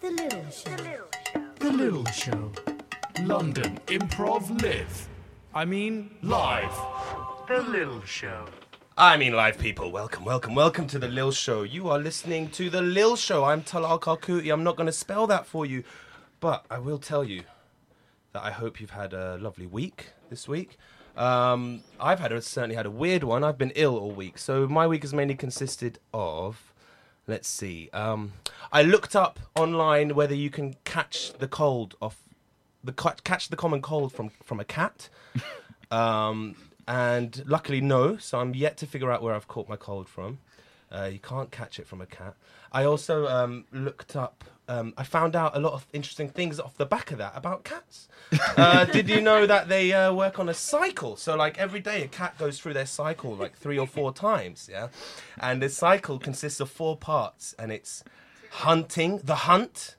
The Little Show. The Little Show. London Improv Live. I mean, live. The Little Show. I mean, live people, welcome, welcome, welcome to the Lil Show. You are listening to the Lil Show. I'm Talal Kalkuti. I'm not going to spell that for you, but I will tell you that I hope you've had a lovely week this week. Um, I've had a, certainly had a weird one. I've been ill all week, so my week has mainly consisted of. Let's see. Um, I looked up online whether you can catch the cold off the ca- catch the common cold from from a cat. Um, and luckily, no. So I'm yet to figure out where I've caught my cold from. Uh, you can't catch it from a cat. I also um, looked up. Um, I found out a lot of interesting things off the back of that about cats. Uh, did you know that they uh, work on a cycle? So, like every day, a cat goes through their cycle like three or four times. Yeah, and this cycle consists of four parts, and it's hunting, the hunt,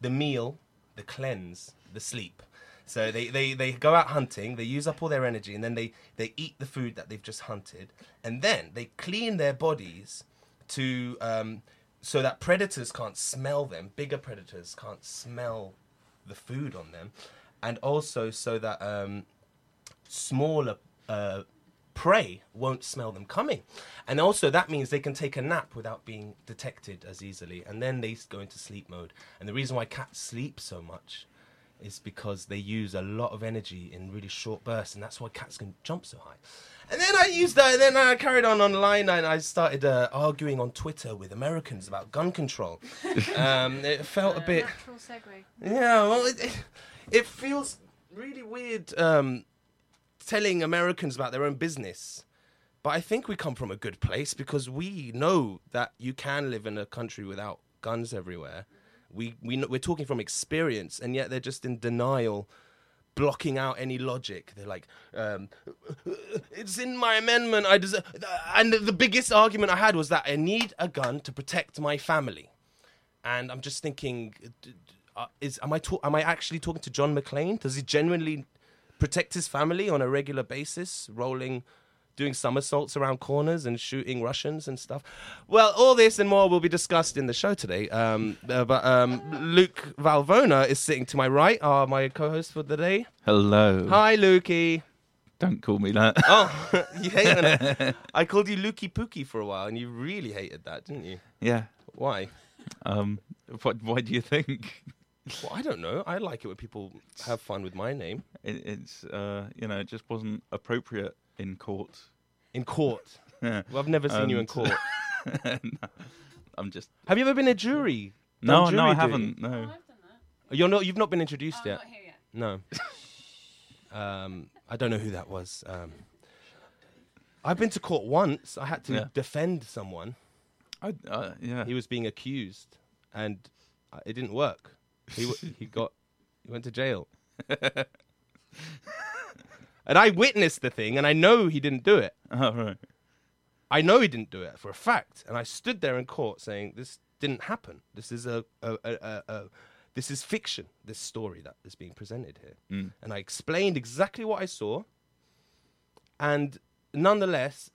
the meal, the cleanse, the sleep. So they, they, they go out hunting, they use up all their energy, and then they, they eat the food that they've just hunted. And then they clean their bodies to um, so that predators can't smell them, bigger predators can't smell the food on them. And also so that um, smaller uh, prey won't smell them coming. And also, that means they can take a nap without being detected as easily. And then they s- go into sleep mode. And the reason why cats sleep so much is because they use a lot of energy in really short bursts. And that's why cats can jump so high. And then I used that, and then I carried on online, and I started uh, arguing on Twitter with Americans about gun control. um, it felt a Uh, bit. Yeah, well, it, it, it feels really weird um, telling Americans about their own business. But I think we come from a good place because we know that you can live in a country without guns everywhere. We, we, kn- we're talking from experience, and yet they're just in denial, blocking out any logic. They're like, um, it's in my amendment. I deserve. And the biggest argument I had was that I need a gun to protect my family and I'm just thinking, d- d- uh, is am I ta- am I actually talking to John McClane? Does he genuinely protect his family on a regular basis, rolling, doing somersaults around corners and shooting Russians and stuff? Well, all this and more will be discussed in the show today. Um, uh, but um, Luke Valvona is sitting to my right, uh, my co-host for the day. Hello. Hi, Lukey. Don't call me that. Oh, you hate on it. I called you Lukey Pookie for a while, and you really hated that, didn't you? yeah. Why? Um. What? Why do you think? Well, I don't know. I like it when people have fun with my name. It, it's uh. You know, it just wasn't appropriate in court. In court. Yeah. Well, I've never seen you in And- court. No, I'm just. have you ever been a jury? No, Done no, jury I duty? haven't. No. You're not. You've not been introduced yet. No. um, I don't know who that was. Um, I've been to court once. I had to Yeah. defend someone. I, uh, yeah. He was being accused, and uh, it didn't work. He w- he got he went to jail. and I witnessed the thing, and I know he didn't do it. oh, right. I know he didn't do it for a fact, and I stood there in court saying this didn't happen. This is a, a, a, a, a this is fiction. This story that is being presented here, Mm. and I explained exactly what I saw, and nonetheless,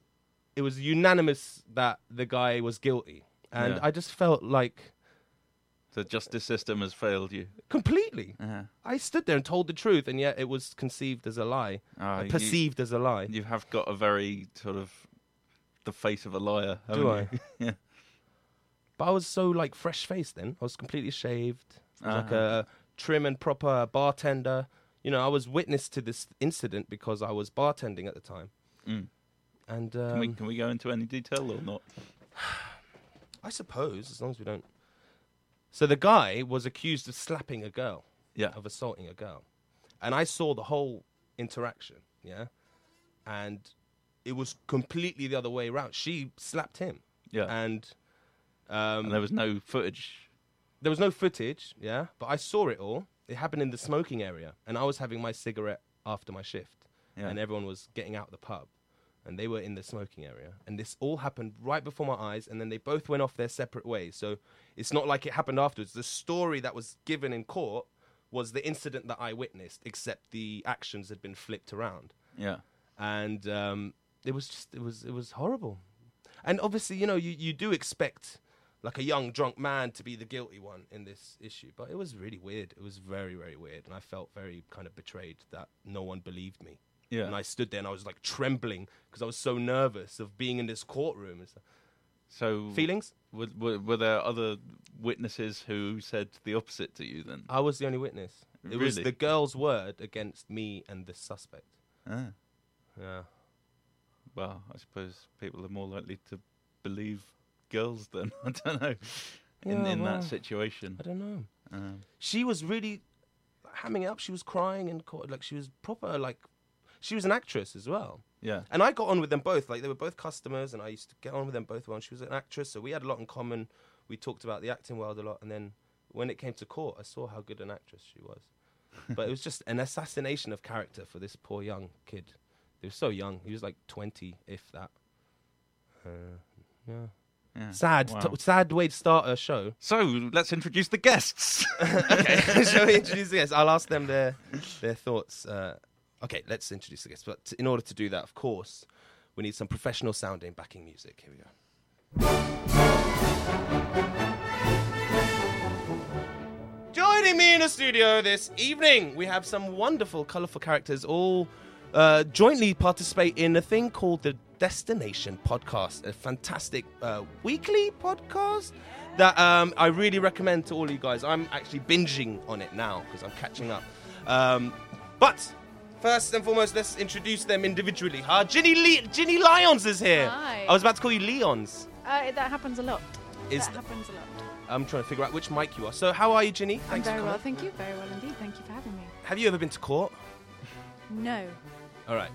it was unanimous that the guy was guilty, and Yeah. I just felt like The justice system Uh-huh. has failed you. completely. Yeah. I stood there and told the truth, and yet it was conceived as a lie, Ah, uh, you- perceived as a lie. You have got a very sort of the face of a liar. haven't Do I? you? yeah. But I was so like fresh faced then. I was completely shaved. I was like Uh-huh. a trim and proper bartender. You know, I was witness to this incident because I was bartending at the time. Mm. And um, Can we can we go into any detail or not? I suppose, as long as we don't. So the guy was accused of slapping a girl, Yeah. of assaulting a girl. And I saw the whole interaction, yeah? And it was completely the other way around. She slapped him. Yeah. And Um, and there was no footage. there was no footage, yeah, but I saw it all. It happened in the smoking area, and I was having my cigarette after my shift, Yeah. and everyone was getting out of the pub, and they were in the smoking area, and this all happened right before my eyes, and then they both went off their separate ways. So it's not like it happened afterwards. The story that was given in court was the incident that I witnessed, except the actions had been flipped around Yeah. and um, it was just it was it was horrible. And obviously, you know, you, you do expect like a young drunk man to be the guilty one in this issue, but it was really weird. It was very very weird, and I felt very kind of betrayed that no one believed me. Yeah. And I stood there and I was like trembling because I was so nervous of being in this courtroom. and stuff. So Feelings? Were, were, were there other witnesses who said the opposite to you then? I was the only witness. It was Really? the girl's word against me and the suspect. Ah. Yeah. Well, I suppose people are more likely to believe girls than I don't know. In, Yeah, in well, that situation, I don't know. um, she was really hamming it up. She was crying and co- like she was proper like she was an actress as well. yeah, And I got on with them both. Like they were both customers, and I used to get on with them both well. And she was an actress, so we had a lot in common. We talked about the acting world a lot, and then when it came to court, I saw how good an actress she was. but it was just an assassination of character for this poor young kid. He was so young. He was like twenty, if that. Uh, yeah. yeah. Sad, Wow. t- sad way to start a show. so let's introduce the guests. Shall we introduce the guests? I'll ask them their their thoughts. Uh, okay, let's introduce the guests. But t- in order to do that, of course, we need some professional sounding backing music. Here we go. Joining me in the studio this evening, we have some wonderful, colourful characters all uh, jointly participate in a thing called the Destination Podcast, a fantastic uh, weekly podcast that um, I really recommend to all you guys. I'm actually binging on it now because I'm catching up. Um, but first and foremost, let's introduce them individually. Huh? Ginny, Le- Ginny Lyons is here. Hi. I was about to call you Leons. Uh, that happens a lot. Is that th- happens a lot. I'm trying to figure out which mic you are. So, how are you, Ginny? I'm Thanks for very well, coming. thank you. Very well indeed. Thank you for having me. Have you ever been to court? No, All right.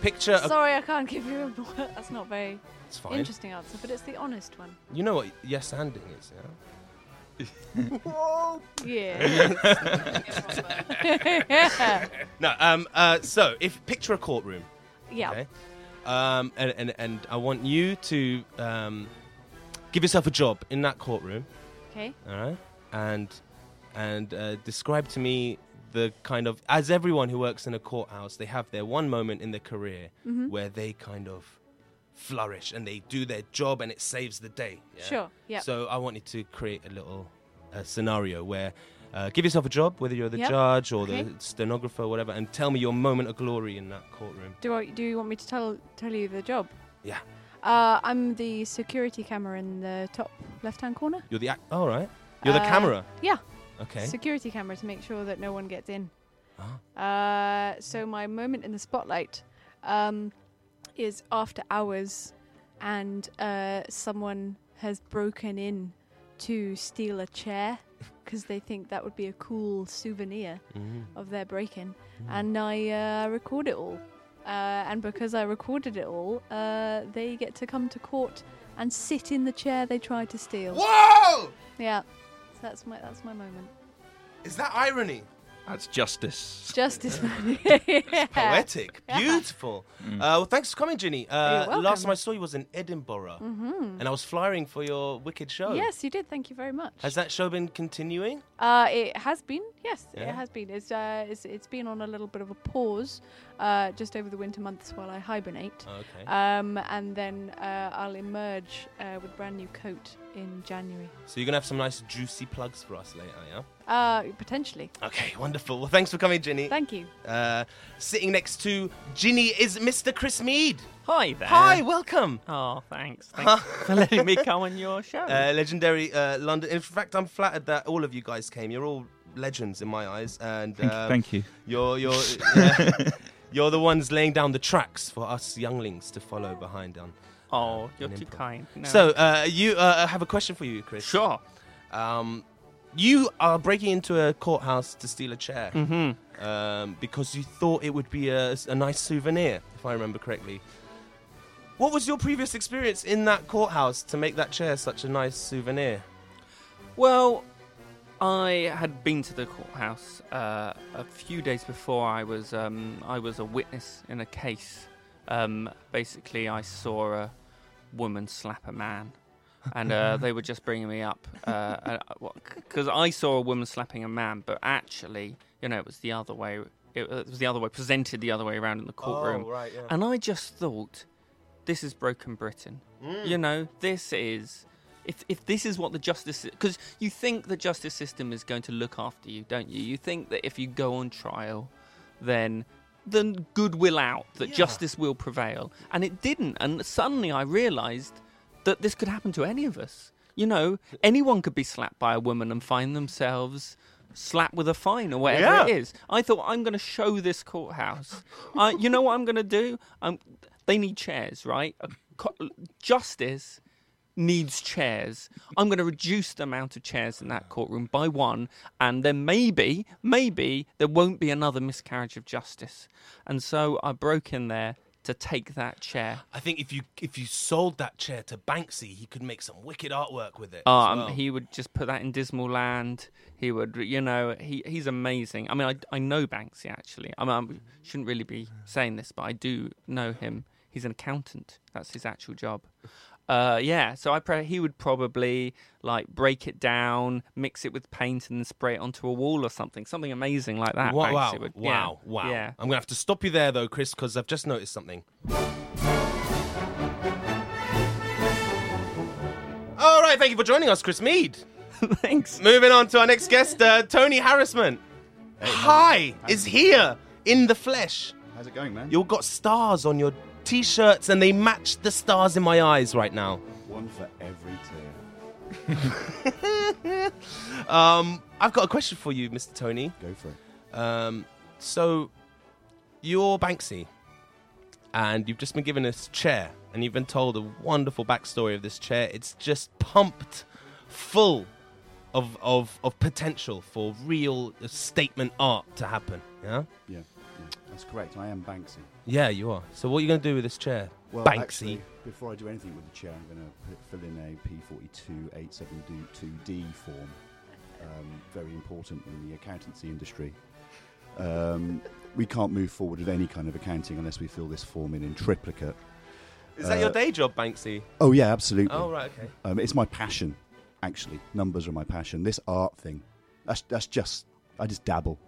Picture. A, sorry, I can't give you. A, that's not very it's fine. interesting answer, but it's the honest one. You know what yes anding is, yeah? Whoa. Yeah. yeah. No. Um. Uh. So, if picture a courtroom, okay. Um. And and, and I want you to um, give yourself a job in that courtroom. Okay. All right. And and uh, describe to me the kind of as everyone who works in a courthouse, they have their one moment in their career where they kind of flourish and they do their job and it saves the day. yeah? Sure, yeah. So I wanted to create a little uh, scenario where. Uh, give yourself a job, whether you're the Yep, judge or the okay. stenographer, or whatever, and tell me your moment of glory in that courtroom. Do I, do you want me to tell tell you the job? Yeah, Uh, I'm the security camera in the top left-hand corner. you're the act. All right, you're the Uh, camera. Yeah. Okay. Security camera to make sure that no one gets in. Uh, so my moment in the spotlight um, is after hours, and uh, someone has broken in to steal a chair because they think that would be a cool souvenir of their break-in, and I uh, record it all. Uh, and because I recorded it all, uh, they get to come to court and sit in the chair they tried to steal. Whoa! Yeah, so that's my that's my moment. Is that irony? That's justice. Justice Man. yeah. poetic, beautiful. Uh, well, thanks for coming, Ginny. Uh, You're last time welcome. Mm-hmm. I saw you was in Edinburgh, and I was flying for your wicked show. Yes, you did. Thank you very much. Has that show been continuing? uh, it has been. Yes, Yeah. it has been. It's, uh, it's it's been on a little bit of a pause, uh, just over the winter months while I hibernate, Oh, Okay. um, and then uh, I'll emerge uh, with a brand new coat in January. so you're gonna have some nice juicy plugs for us later, yeah? Uh, potentially. Okay, wonderful. Well, thanks for coming, Ginny. Thank you. uh, sitting next to Ginny is Mr. Chris Mead. Hi there. Hi, welcome. Oh, thanks. Thanks for letting me come on your show. Uh, legendary uh, London. In fact, I'm flattered that all of you guys came. You're all legends in my eyes, and Thank you- um, thank you. You're you're yeah. you're the ones laying down the tracks for us younglings to follow behind on. Uh, oh, you're an too improv. kind. No. So uh, you uh, I have a question for you, Chris. sure. Um, you are breaking into a courthouse to steal a chair Mm-hmm. um, because you thought it would be a, a nice souvenir, if I remember correctly. What was your previous experience in that courthouse to make that chair such a nice souvenir? Well, I had been to the courthouse uh, a few days before. I was um, I was a witness in a case. Um, basically, I saw a woman slap a man, and uh, they were just bringing me up uh, because I saw a woman slapping a man, but actually, you know, it was the other way. It was the other way presented the other way around in the courtroom. Oh, right, yeah. And I just thought, this is broken Britain. You know, this is. If, if this is what the justice because you think the justice system is going to look after you, don't you? You think that if you go on trial, then the good will out, that justice will prevail, and it didn't. And suddenly I realised that this could happen to any of us. You know, anyone could be slapped by a woman and find themselves slapped with a fine or whatever Yeah. it is. I thought I'm going to show this courthouse. I, you know what I'm going to do? i they need chairs, right? A co- Justice needs chairs. I'm going to reduce the amount of chairs in that courtroom by one, and then maybe, maybe there won't be another miscarriage of justice. And so I broke in there to take that chair. I think if you if you sold that chair to Banksy, he could make some wicked artwork with it. as Um, well. He would just put that in Dismal Land. He would, you know, he he's amazing. I mean, I, I know Banksy actually. I mean, I shouldn't really be saying this, but I do know him. He's an accountant. That's his actual job. Uh, yeah, so I pre- he would probably like break it down, mix it with paint, and then spray it onto a wall or something, something amazing like that. Wow, Banksy wow, would- yeah, wow, wow. Yeah. I'm going to have to stop you there, though, Chris, because I've just noticed something. All right, thank you for joining us, Chris Mead. Thanks. Moving on to our next guest, uh, Tony Harrisman. Hi, is here in the flesh. How's it going, man? You've got stars on your t shirts, and they match the stars in my eyes right now. One for every tier. Um, I've got a question for you, Mr. Tony. Go for it. Um, so, you're Banksy, and you've just been given this chair, and you've been told a wonderful backstory of this chair. It's just pumped full of of, of potential for real statement art to happen. Yeah, Yeah, yeah, that's correct. I am Banksy. yeah, you are. So, what are you going to do with this chair, Well, Banksy? actually, before I do anything with the chair, I'm going to fill in a P42872D form. Um, very important in the accountancy industry. Um, we can't move forward with any kind of accounting unless we fill this form in in triplicate. Uh, Is that your day job, Banksy? Oh yeah, absolutely. Oh right, okay. Um, it's my passion, actually. Numbers are my passion. This art thing, that's that's just I just dabble.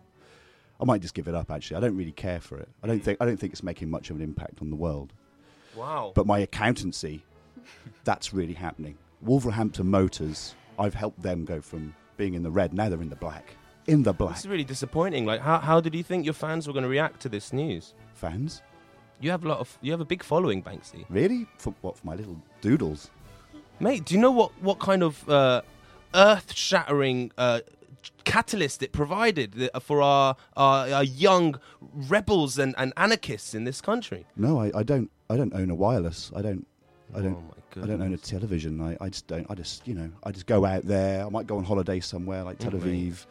I might just give it up. Actually, I don't really care for it. I Hmm. don't think I don't think it's making much of an impact on the world. Wow. But my accountancy, that's really happening. Wolverhampton Motors, I've helped them go from being in the red now they're in the black. In the black. this is really disappointing. Like, how, how did you think your fans were going to react to this news? Fans, You have a lot of you have a big following, Banksy. really? For what? For my little doodles? Mate, do you know what, what kind of uh, earth shattering uh, catalyst it provided th- for our, our, our young rebels and, and anarchists in this country? No, I, I don't. I don't own a wireless. I don't. I don't. Oh my I don't own a goodness. television. I, I just don't. I just you know. I just go out there. I might go on holiday somewhere like Tel Mm, mate. Aviv.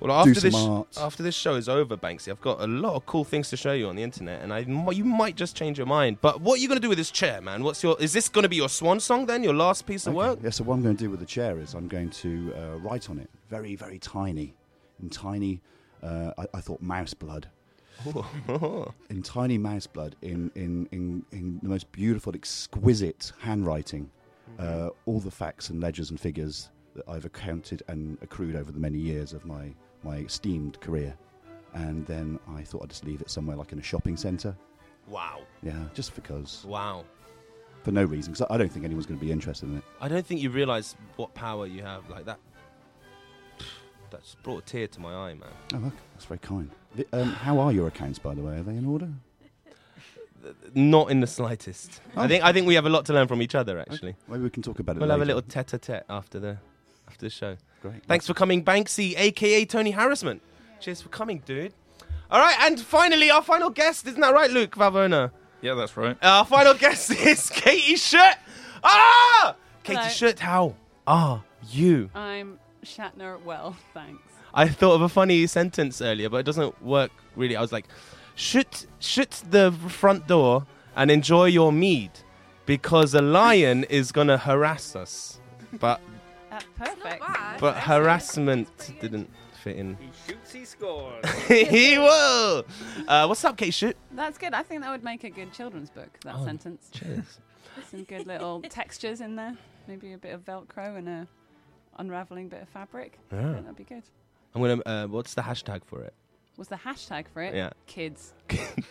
Well, after some this art. after this show is over, Banksy, I've got a lot of cool things to show you on the internet, and I m- you might just change your mind. But what are you going to do with this chair, man? What's your is this going to be your swan song then? Your last piece of Okay. work? Yeah, so what I'm going to do with the chair is I'm going to uh, write on it very very tiny, in tiny. Uh, I, I thought mouse blood. Uh-huh. in tiny mouse blood, in in in, in the most beautiful, exquisite handwriting, Mm-hmm. uh, all the facts and ledgers and figures that I've accounted and accrued over the many years of my my esteemed career. And then I thought I'd just leave it somewhere like in a shopping centre. Wow, Yeah, just because. wow. For no reason, because I don't think anyone's going to be interested in it. I don't think you realize what power you have. Like that, that's brought a tear to my eye, man. Oh, look, that's very kind. The- Um, how are your accounts, by the way? Are they in order? Not in the slightest. I think I think we have a lot to learn from each other. Actually, Oh. Maybe we can talk about it we'll have a later. little tete-a-tete after the after the show. Great. Thanks for coming, Banksy, aka Tony Harrisman. Cheers for coming, dude. All right, and finally, our final guest. Isn't that right, Luke Valverna? Yeah, that's right. Our final guest is Katie Schutt. Ah, Katie Hello. Schutt, how are you? I'm Shatner. Well, thanks. I thought of a funny sentence earlier, but it doesn't work really. I was like, shut, shut the front door and enjoy your mead. because a lion is gonna harass us, but That's Uh, perfect. but harassment didn't fit in. Shoots, he scores. he will. Uh, what's up, Kate? Shoot. That's good. I think that would make a good children's book, that Oh, sentence. Cheers. Some good little textures in there. Maybe a bit of Velcro and a unraveling bit of fabric. I think Yeah. that'd be good. I'm gonna. Uh, what's the hashtag for it? What's the hashtag for it? Yeah. Kids.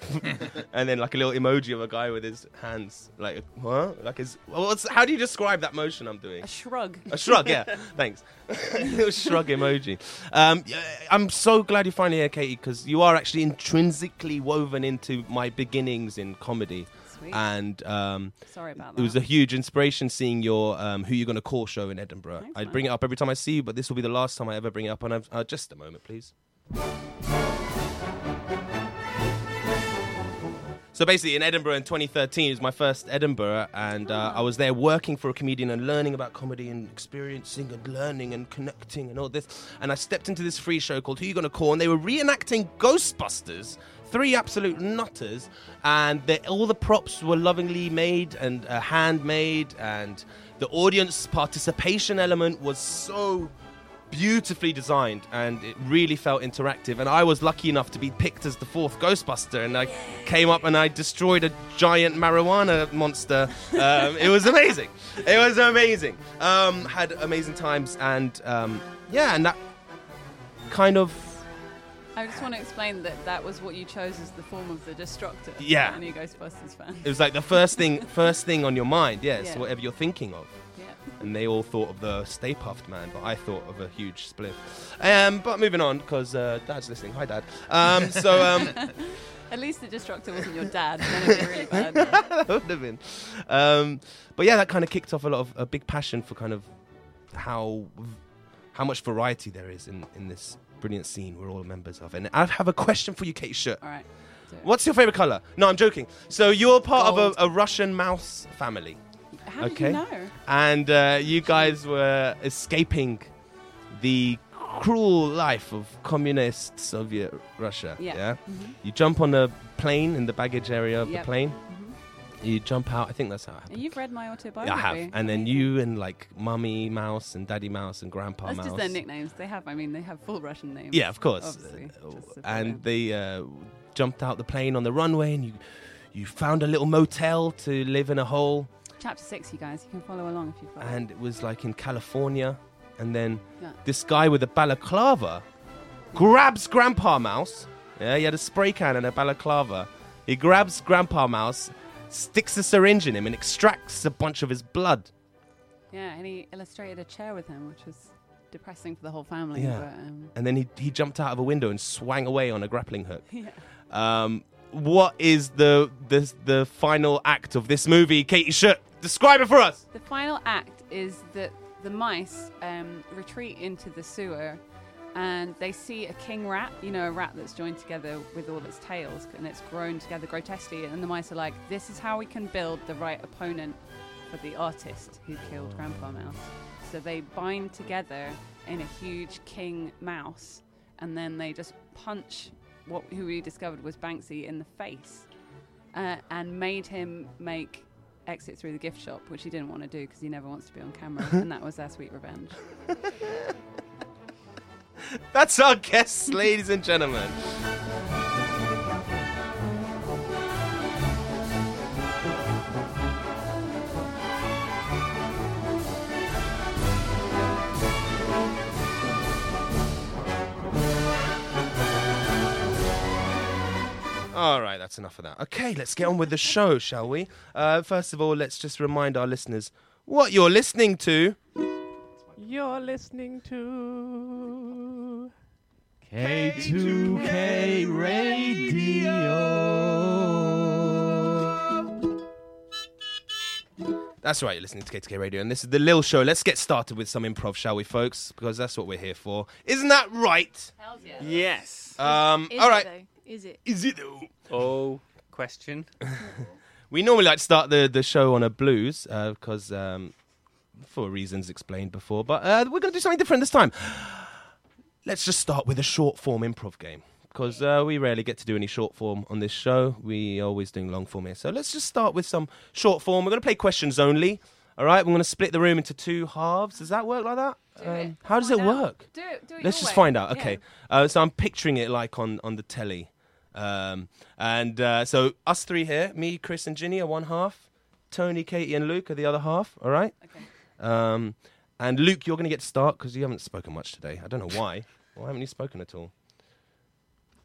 and then like a little emoji of a guy with his hands like huh? Like his what's how do you describe that motion I'm doing? A shrug. A shrug, yeah. Thanks. little shrug emoji. Um, yeah, I'm so glad you're finally here, Katie, because you are actually intrinsically woven into my beginnings in comedy. Sweet. And um, Sorry about it was a that. huge inspiration seeing your um, Who You Gonna Call show in Edinburgh. Thanks, I man. bring it up every time I see you, but this will be the last time I ever bring it up. And I've, uh, just a moment, please. So basically, in Edinburgh in 2013 it was my first Edinburgh, and uh, I was there working for a comedian and learning about comedy and experiencing and learning and connecting and all this. And I stepped into this free show called Who You Gonna Call, and they were reenacting Ghostbusters, three absolute nutters, and the, all the props were lovingly made and uh, handmade, and the audience participation element was so beautifully designed and it really felt interactive and i was lucky enough to be picked as the fourth ghostbuster and i came up and i destroyed a giant marijuana monster um, it was amazing it was amazing um, had amazing times and um, yeah and that kind of I just want to explain that that was what you chose as the form of the destructor. Yeah. A new Ghostbusters fan. it was like the first thing first thing on your mind yes Yeah. whatever you're thinking of yeah. and they all thought of the Stay Puffed Man, but I thought of a huge spliff. Um, but moving on, because uh, Dad's listening. Hi, Dad. Um, so um, At least the destructor wasn't your dad. Then it'd be really bad. That would have been. Um, but yeah, that kind of kicked off a lot of a big passion for kind of how how much variety there is in, in this brilliant scene we're all members of. And I have a question for you, Kate Shirt. All right. What's your favorite color? No, I'm joking. So you're part Gold. of a, a Russian mouse family, How Okay. did you know? and uh, you guys were escaping the cruel life of communist Soviet Russia. Yeah. Mm-hmm. You jump on a plane in the baggage area of Yep. the plane. You jump out. I think that's how it happened. And mm-hmm. You've read my Yeah, I autobiography. have. And then you and like Mummy Mouse and Daddy Mouse and Grandpa That's Mouse. just their nicknames. They have, I mean, they have full Russian names. Yeah, of course. Obviously, Uh, just to put and them- they uh, jumped out the plane on the runway and you you found a little motel to live in a hole Chapter six, you guys, you can follow along if you've got. it. and it was like in California and then Yeah. this guy with a balaclava grabs Grandpa Mouse. Yeah, he had a spray can and a balaclava. He grabs Grandpa Mouse, sticks a syringe in him and extracts a bunch of his blood. Uh, Yeah, and he illustrated a chair with him, which was depressing for the whole family. Yeah. But, um, and then he, he jumped out of a window and swang away on a grappling hook. yeah. Um, what is the, the the final act of this movie, Katie Shut? Describe it for us. The final act is that the mice um, retreat into the sewer and they see a king rat, you know, a rat that's joined together with all its tails and it's grown together grotesquely. And the mice are like, this is how we can build the right opponent for the artist who killed Grandpa Mouse. So they bind together in a huge king mouse and then they just punch what who we discovered was Banksy in the face uh, and made him make exit through the gift shop, which he didn't want to do because he never wants to be on camera, and that was their sweet revenge. That's our guests, ladies and gentlemen. All right, that's enough of that. Okay, let's get on with the show, shall we? Uh, first of all, let's just remind our listeners what you're listening to. You're listening to K2K Radio. That's right, you're listening to KTK Radio, and this is The Lil Show. Let's get started with some improv, shall we, folks? Because that's what we're here for. Isn't that right? yes. Um, Is all it right. though? Is it? Is it though? Oh, question. We normally like to start the, the show on a blues, because um, for reasons explained before, but uh, we're going to do something different this time. Let's just start with a short form improv game. because uh, we rarely get to do any short form on this show. We always do long form here. So let's just start with some short form. We're going to play questions only. All right, we're going to split the room into two halves. Does that work like that? Um, How does it work? Do it- do it Let's your just way. find out. Yeah. Okay. Uh, so I'm picturing it like on, on the telly. Um, and uh, so us three here, me, Chris, and Ginny are one half. Tony, Katie, and Luke are the other half. All right. Okay. Um, and Luke, you're going to get to start because you haven't spoken much today. I don't know why. why haven't you spoken at all?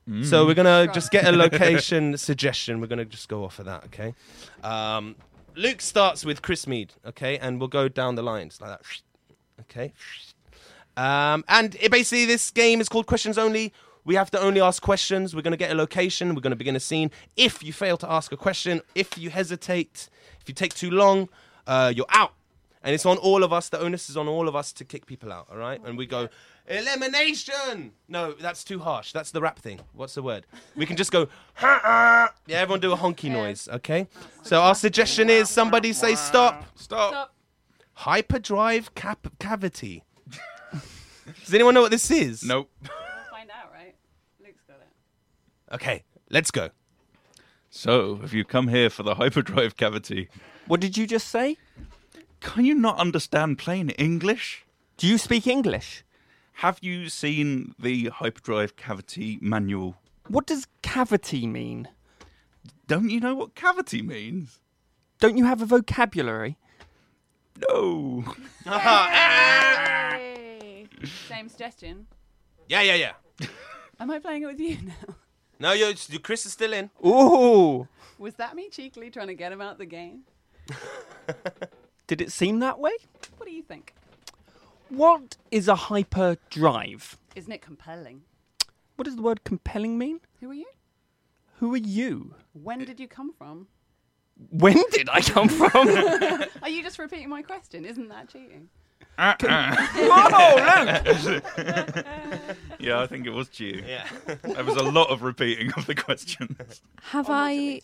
Mm. So we're gonna just get a location suggestion. We're gonna just go off of that, okay? Um, Luke starts with Chris Mead, okay, and we'll go down the lines like that, okay? Um, and it, basically, this game is called Questions Only. We have to only ask questions. We're gonna get a location. We're gonna begin a scene. If you fail to ask a question, if you hesitate, if you take too long, uh, you're out. And it's on all of us. The onus is on all of us to kick people out, all right? And we go elimination. No, that's too harsh. That's the rap thing. What's the word? We can just go. yeah, everyone do a honky noise, okay? So our suggestion is somebody say stop. Stop. Hyperdrive cap- cavity. Does anyone know what this is? Nope. Find out, right? Luke's got it. Okay, let's go. So, if you come here for the hyperdrive cavity, what did you just say? Can you not understand plain English? Do you speak English? Have you seen the hyperdrive cavity manual? What does cavity mean? Don't you know what cavity means? Don't you have a vocabulary? No. Same suggestion. Yeah, yeah, yeah. Am I playing it with you now? No, yo, Chris is still in. Ooh. Was that me cheekily trying to get him out the game? Did it seem that way? What do you think? What is a hyperdrive? Isn't it compelling? What does the word compelling mean? Who are you? Who are you? When did you come from? When did I come from? Are you just repeating my question? Isn't that cheating? Uh-uh. yeah, I think it was due. Yeah. there was a lot of repeating of the questions. Have I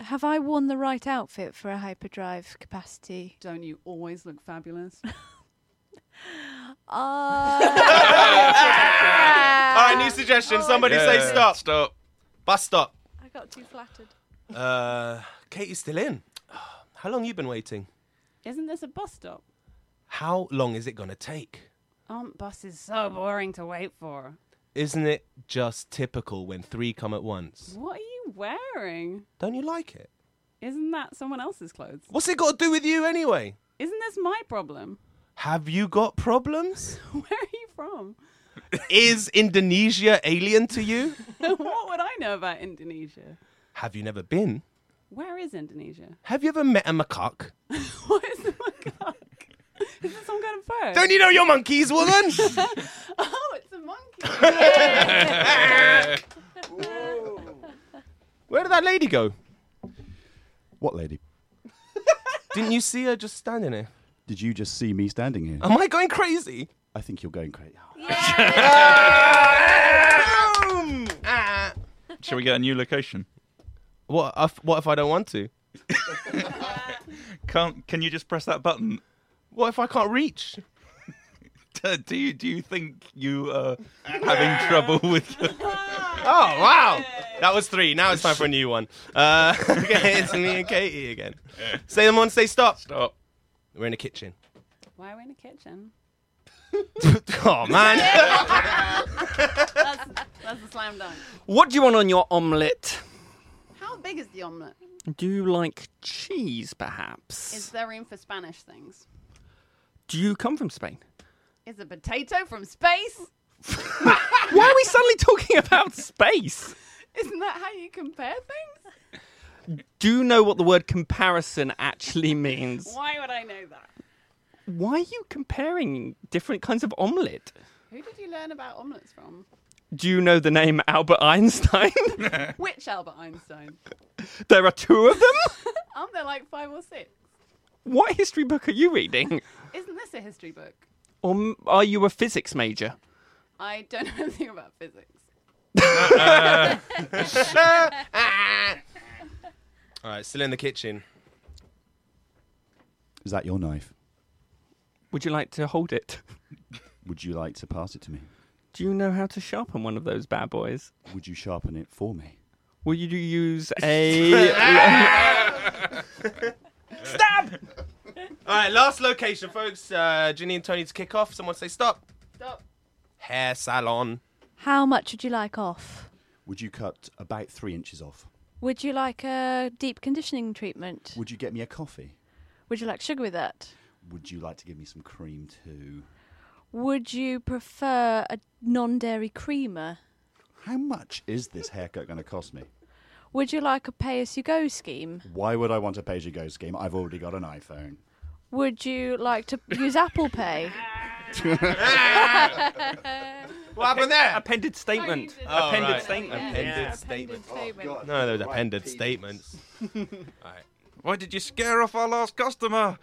have I worn the right outfit for a hyperdrive capacity? Don't you always look fabulous? Uh, All right, new suggestion. Oh, Somebody Yeah, say stop. Stop. Bus stop. I got too flattered. Uh, Katie's still in. How long you been waiting? Isn't this a bus stop? How long is it gonna take? Aren't buses so boring to wait for? Isn't it just typical when three come at once? What are you wearing? Don't you like it? Isn't that someone else's clothes? What's it got to do with you anyway? Isn't this my problem? Have you got problems? Where are you from? Is Indonesia alien to you? what would I know about Indonesia? Have you never been? Where is Indonesia? Have you ever met a macaque? what is a macaque? Is it some kind of bird? Don't you know your monkeys, woman? Oh, it's a monkey. Where did that lady go? What lady? Didn't you see her just standing there? Did you just see me standing here? Am I going crazy? I think you're going crazy. Boom! Ah. Shall we get a new location? What if, what if I don't want to? Can't, can you just press that button? What if I can't reach? Do- Do you, do you think you are having trouble with your... Oh wow, that was three. Now it's time for a new one. Uh, okay, it's me and Katie again. Say them on. Say stop. Stop. We're in the kitchen. Why are we in the kitchen? oh man, That's, that's a slam dunk. what do you want on your omelette? How big is the omelette? Do you like cheese, perhaps? Is there room for Spanish things? Do you come from Spain? Is a potato from space? Why are we suddenly talking about space? Isn't that how you compare things? Do you know what the word comparison actually means? Why would I know that? Why are you comparing different kinds of omelette? Who did you learn about omelettes from? Do you know the name Albert Einstein? Which Albert Einstein? there are two of them? Aren't there like five or six? What history book are you reading? Isn't this a history book? Or m- are you a physics major? I don't know anything about physics. All right, still in the kitchen. Is that your knife? Would you like to hold it? Would you like to pass it to me? Do you know how to sharpen one of those bad boys? Would you sharpen it for me? Will you do use a? Stab! All right, last location, folks. Uh, Ginny and Tony to kick off. Someone say stop. Stop. Hair salon. How much would you like off? Would you cut about three inches off? Would you like a deep conditioning treatment? Would you get me a coffee? Would you like sugar with that? Would you like to give me some cream too? Would you prefer a non dairy creamer? How much is this haircut going to cost me? Would you like a pay as you go scheme? Why would I want a pay as you go scheme? I've already got an iPhone. Would you like to use Apple Pay? What happened there? Appended statement. Oh, Appended right. statement. Appended Yeah. statement. Appended statement. no, there was Right appended penis. statements. All right. Why did you scare off our last customer?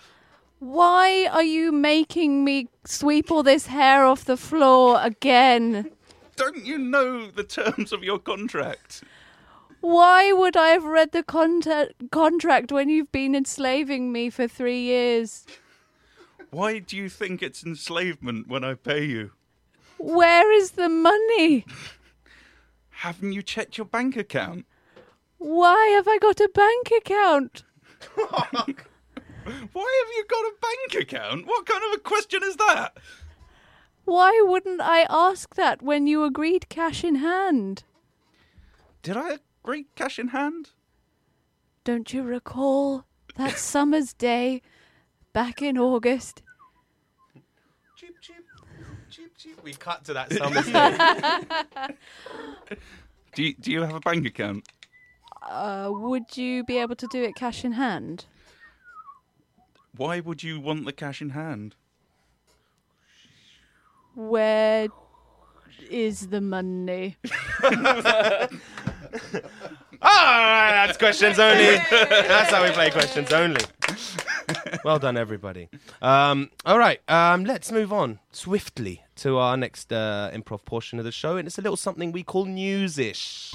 Why are you making me sweep all this hair off the floor again? Don't you know the terms of your contract? Why would I have read the conta- contract when you've been enslaving me for three years? Why do you think it's enslavement when I pay you? Where is the money? Haven't you checked your bank account? Why have I got a bank account? Why have you got a bank account? What kind of a question is that? Why wouldn't I ask that when you agreed cash in hand? Did I agree cash in hand? Don't you recall that summer's day back in August? Cheep, cheep. Cheep, cheep. We cut to that summer scene. Do you, do you have a bank account? Uh, would you be able to do it cash in hand? Why would you want the cash in hand? Where is the money? All right, that's questions only. That's how we play questions only. Well done, everybody. Um, all right, um, let's move on swiftly to our next uh, improv portion of the show, and it's a little something we call newsish.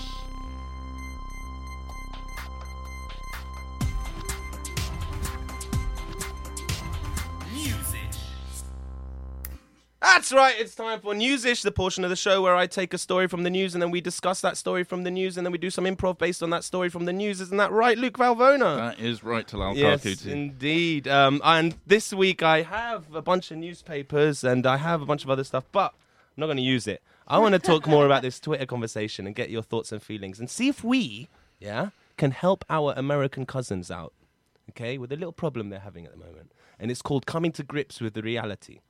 That's right, it's time for Newsish, the portion of the show where I take a story from the news and then we discuss that story from the news and then we do some improv based on that story from the news. Isn't that right, Luke Valvona? That is right, Talal yes, Karkuti. indeed. Um, and this week I have a bunch of newspapers and I have a bunch of other stuff, but I'm not going to use it. I want to talk more about this Twitter conversation and get your thoughts and feelings and see if we, yeah, can help our American cousins out, okay, with a little problem they're having at the moment. And it's called coming to grips with the reality.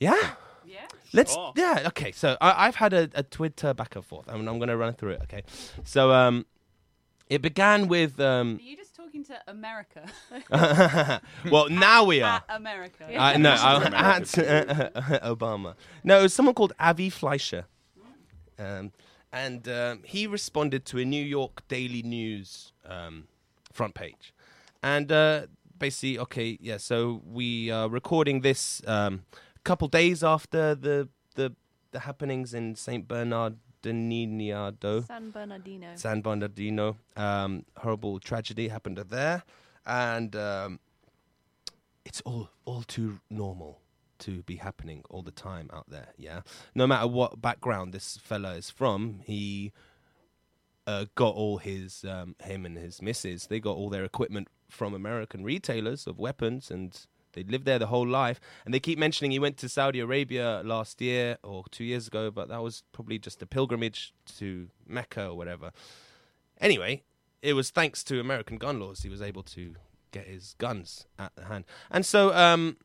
Yeah? Yeah. Let's yeah okay. So I, I've had a, a Twitter back and forth, and I'm going to run through it. Okay, so um, it began with um, Are you just talking to America? well now we are. At America. Uh, no, uh, at uh, Obama. No, it was someone called Avi Fleischer, um, and um, he responded to a New York Daily News um, front page, and uh, basically, okay, yeah. So we are recording this um, a couple days after the the, the happenings in Saint Bernardino. San Bernardino. San Bernardino. Um, horrible tragedy happened there, and um, it's all all too normal to be happening all the time out there. Yeah, no matter what background this fella is from, he uh, got all his um, him and his missus. They got all their equipment from American retailers of weapons, and they lived there the whole life. And they keep mentioning he went to Saudi Arabia last year or two years ago, but that was probably just a pilgrimage to Mecca or whatever. Anyway, it was thanks to American gun laws he was able to get his guns at the hand. And so, um,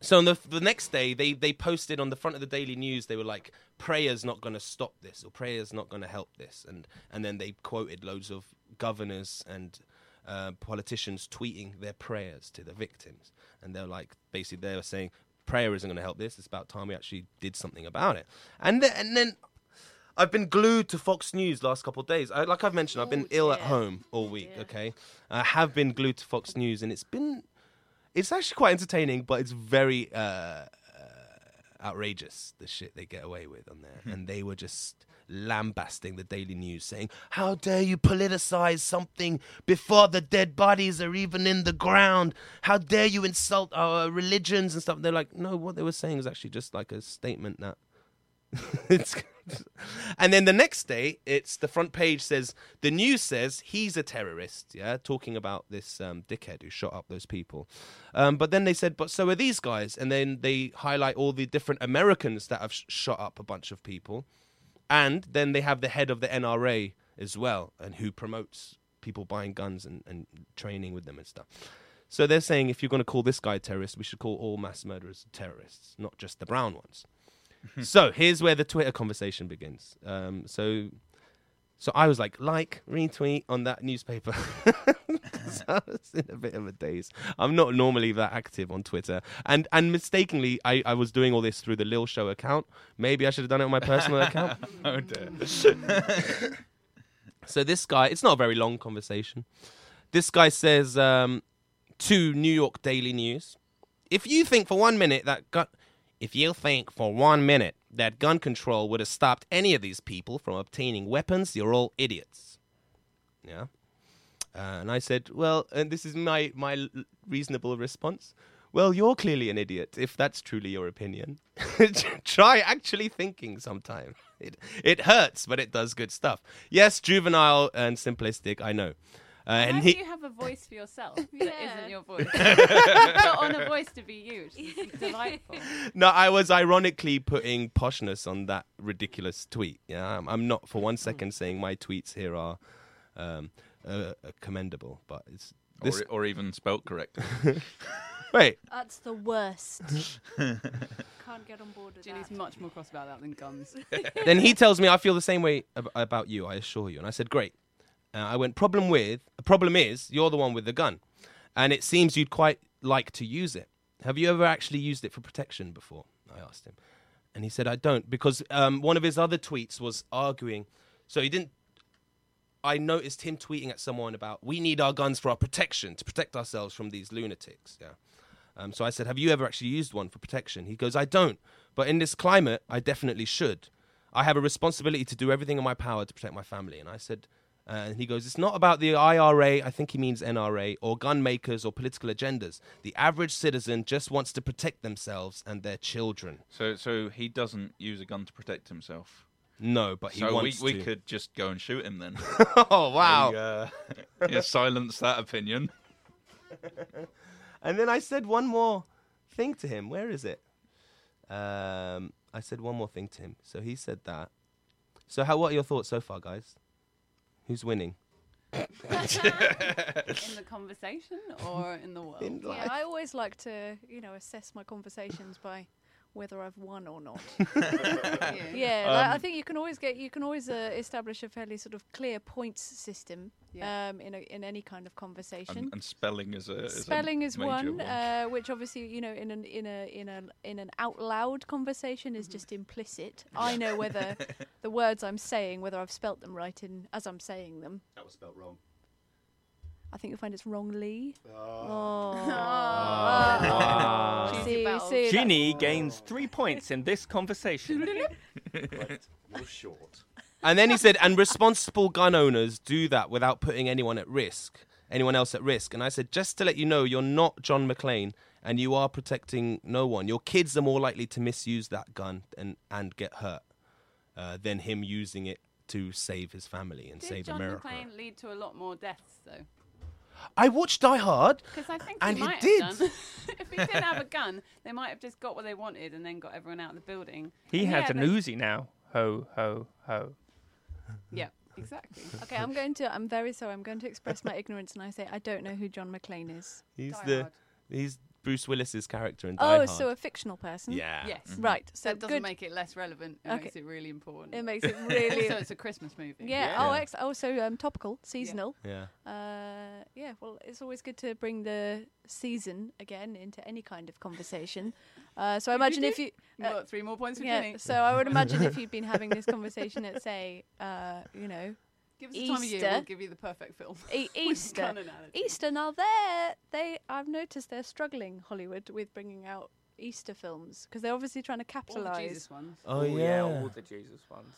so on the, the next day, they, they posted on the front of the Daily News, they were like, prayer's not going to stop this, or prayer's not going to help this. And, and then they quoted loads of governors and uh, politicians tweeting their prayers to the victims. And they're like, basically, they were saying, prayer isn't going to help this. It's about time we actually did something about it. And, th- and then I've been glued to Fox News last couple of days. I, like I've mentioned, I've been ill at home all week. Okay, I have been glued to Fox News, and it's been it's actually quite entertaining, but it's very uh, uh, outrageous the shit they get away with on there. And they were just lambasting the Daily News, saying, "How dare you politicize something before the dead bodies are even in the ground? How dare you insult our religions and stuff?" They're like, "No, what they were saying is actually just like a statement that." It's- and then the next day, it's the front page says the news says he's a terrorist. Yeah, talking about this um, dickhead who shot up those people. Um, but then they said, but so are these guys, and then they highlight all the different Americans that have sh- shot up a bunch of people, and then they have the head of the NRA as well, and who promotes people buying guns and, and training with them and stuff. So they're saying if you're going to call this guy a terrorist, we should call all mass murderers terrorists, not just the brown ones so here's where the Twitter conversation begins. Um, so, so I was like, like, retweet on that newspaper. 'Cause I was in a bit of a daze. I'm not normally that active on Twitter, and and mistakenly, I, I was doing all this through the Lil Show account. Maybe I should have done it on my personal account. Oh, dear. So this guy, it's not a very long conversation. This guy says um, to New York Daily News, if you think for one minute that gun, if you think for one minute that gun control would have stopped any of these people from obtaining weapons, you're all idiots. Yeah. Uh, and I said, well, and this is my my l- reasonable response. Well, you're clearly an idiot if that's truly your opinion. Try actually thinking sometime. It it hurts, but it does good stuff. Yes, juvenile and simplistic, I know. Uh, Why and do he, you have a voice for yourself that isn't your voice? Yeah. Put on a voice to be you. It's delightful. no, I was ironically putting poshness on that ridiculous tweet. Yeah, I'm, I'm not for Hmm. one second saying my tweets here are um, uh, uh, commendable, but it's this. Or, or even spelt correct. Wait, That's the worst. Can't get on board with Ginny's much more cross about that than gums. then he tells me I feel the same way ab- about you. I assure you. And I said, great. Uh, I went problem with problem is you're the one with the gun, and it seems you'd quite like to use it. Have you ever actually used it for protection before? I asked him, and he said I don't because um, one of his other tweets was arguing. So he didn't. I noticed him tweeting at someone about we need our guns for our protection to protect ourselves from these lunatics. Yeah. Um, so I said, have you ever actually used one for protection? He goes, I don't, but in this climate, I definitely should. I have a responsibility to do everything in my power to protect my family. And I said, uh, and he goes, it's not about the IRA, I think he means NRA, or gun makers or political agendas. The average citizen just wants to protect themselves and their children. So, so he doesn't use a gun to protect himself. No, but he so wants we, we to. could just go and shoot him then. oh wow! We, uh, yeah, silence that opinion. and then I said one more thing to him. Where is it? Um, I said one more thing to him. So he said that. So how? What are your thoughts so far, guys? Who's winning? in the conversation or in the world? Yeah, I always like to, you know, assess my conversations by whether I've won or not. yeah, like, I Um, think you can always get you can always uh, establish a fairly sort of clear points system um, in a, in any kind of conversation. And, and spelling is a is a Spelling is major one, Uh, which obviously you know in an in a in a in an out loud conversation is just implicit. I know whether the words I'm saying whether I've spelt them right in as I'm saying them. That was spelled wrong. I think you'll find it's wrong, Lee. Oh. Wow. Choose your battles. See, see, Ginny gains three points in this conversation. You're short. And then he said, and responsible gun owners do that without putting anyone at risk, anyone else at risk. And I said, just to let you know, you're not John McClane and you are protecting no one. Your kids are more likely to misuse that gun and, and get hurt uh, than him using it to save his family and Did save John America. McClane lead to a lot more deaths though? I watched Die Hard. Because I think And he he might did. have done. if he didn't have a gun, they might have just got what they wanted and then got everyone out of the building. He And has Oh, an yeah, they- Uzi now. Ho, ho, ho. Yeah, exactly. Okay, I'm going to. I'm very sorry. I'm going to express my ignorance, and I say I don't know who John McClane is. He's Die the Hard. he's Bruce Willis's character in Die Oh, Hard. so a fictional person? Yeah. Mm-hmm. Yes. Right. So that doesn't good. make it less relevant. It Okay. makes it really important. It makes it really. So it's a Christmas movie. Yeah. Yeah. Oh, Yeah. ex- oh, so um, topical, seasonal. Yeah. Uh, yeah. Well, it's always good to bring the season again into any kind of conversation. Uh, so I imagine if you. uh, Well, three more points for yeah, Ginny. So I would imagine if you'd been having this conversation at, say, uh, you know, Give us the Easter, time of year, we'll give you the perfect film. E- with Easter. gun analogy. Easter. Now they're they. I've noticed they're struggling Hollywood with bringing out Easter films because they're obviously trying to capitalize. Jesus ones. Oh, Ooh, yeah. All the Jesus ones.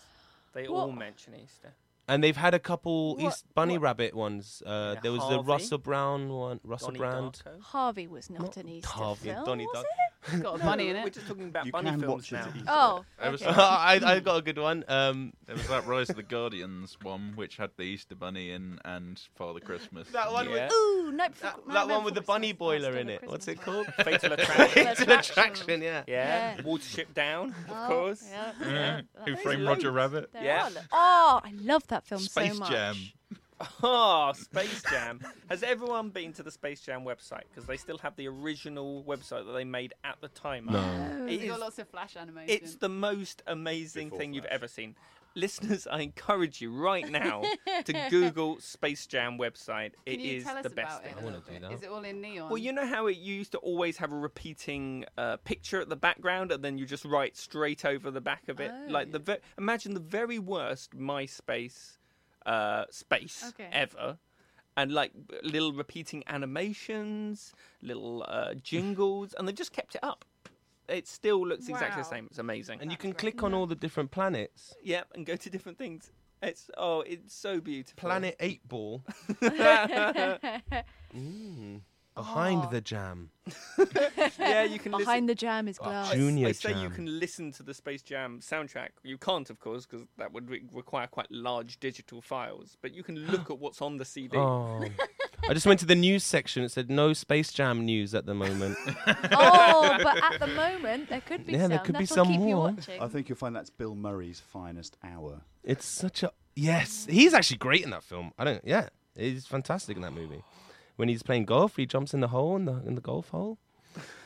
They all mention Easter. And they've had a couple What- East Bunny Rabbit ones. Uh, Yeah, there was the Harvey. Russell Brown one. Russell Donnie Brand. Darko. Harvey was not, an Easter Harvey, film, Donnie was Darko. it? It's got a bunny in No, it. We're just talking about You bunny can films watch now. it if you Oh, There was- I, I got a good one. Um, there was that Rise of the Guardians one, which had the Easter Bunny in and Father Christmas. That one with- Yeah. Ooh, no, that, that one with the bunny boiler in it. What's it called? Fatal Attraction. Fatal Attraction. Yeah. Yeah. Watership Down, of Oh, course. yeah, yeah. Who Framed Roger Rabbit? There yeah. are lo- Oh, I love that film Space so much. Jam. Oh, Space Jam. Has everyone been to the Space Jam website? Because they still have the original website that they made at the time. Oh, It it's got is- lots of flash animation. It's the most amazing thing you've ever seen. Listeners, I encourage you right now to Google Space Jam website. It Can you is tell us the best about thing. it? Is it all in neon? Well, you know how it you used to always have a repeating uh, picture at the background, and then you just write straight over the back of it. Like the ve- imagine the very worst MySpace uh, space Okay. ever, and like b- little repeating animations, little uh, jingles, and they just kept it up. It still looks exactly the Wow. same. It's amazing. And you can click on all the different planets. Yep, and go to different things. It's oh, it's so beautiful. Planet Eight Ball. Mm, behind Oh. the jam. yeah, you can Behind listen. the jam is glass. Junior they say you Jam. can listen to the Space Jam soundtrack. You can't, of course, because that would re- require quite large digital files. But you can look at what's on the CD. Oh. I just went to the news section. It said no Space Jam news at the moment. oh, but at the moment there could be Yeah, some. there could be That'll some keep You more. watching. I think you'll find that's Bill Murray's finest hour. It's such a yes. He's actually great in that film. I don't. Yeah, he's fantastic in that movie. When he's playing golf, he jumps in the hole in the in the golf hole.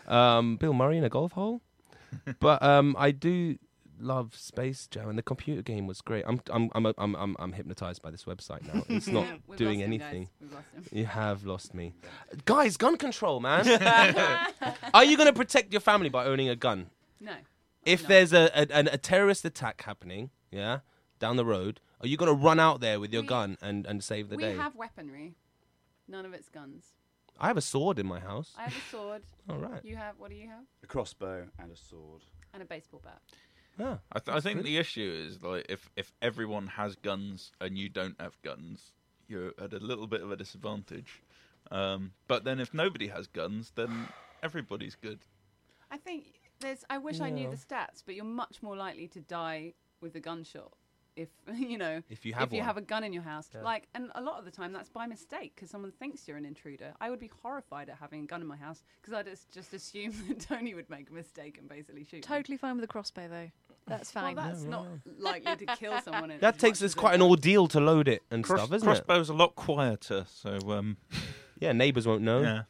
Um, Bill Murray in a golf hole. but um, I do love Space Jam, and the computer game was great. I'm I'm I'm I'm I'm, I'm hypnotized by this website now. It's not Yeah, we've doing lost him, guys. anything. We've lost him. You have lost me, guys. Gun control, man. Are you going to protect your family by owning a gun? No. if there's a, a, an, a terrorist attack happening, yeah, down the road, are you going to run out there with your gun and, and save the we day? have weaponry. None of it's guns. I have a sword in my house. I have a sword. All right. You have what do you have? A crossbow and a sword. And a baseball bat. I, th- I that's think good. the issue is like if if everyone has guns and you don't have guns, you're at a little bit of a disadvantage. Um, but then if nobody has guns, then everybody's good. I think there's. I wish I knew Yeah. the stats, but you're much more likely to die with a gunshot if you know If you have if you one. have a gun in your house. Yeah. Like, and a lot of the time that's by mistake because someone thinks you're an intruder. I would be horrified at having a gun in my house because I just just assume that Tony would make a mistake and basically shoot. me. Totally fine with a crossbow though. That's Well, fine. that's not likely to kill someone. In That takes us quite an ordeal to load it and Cross- stuff, isn't it? crossbow's a lot quieter, so um, Yeah, neighbours won't know. Yeah.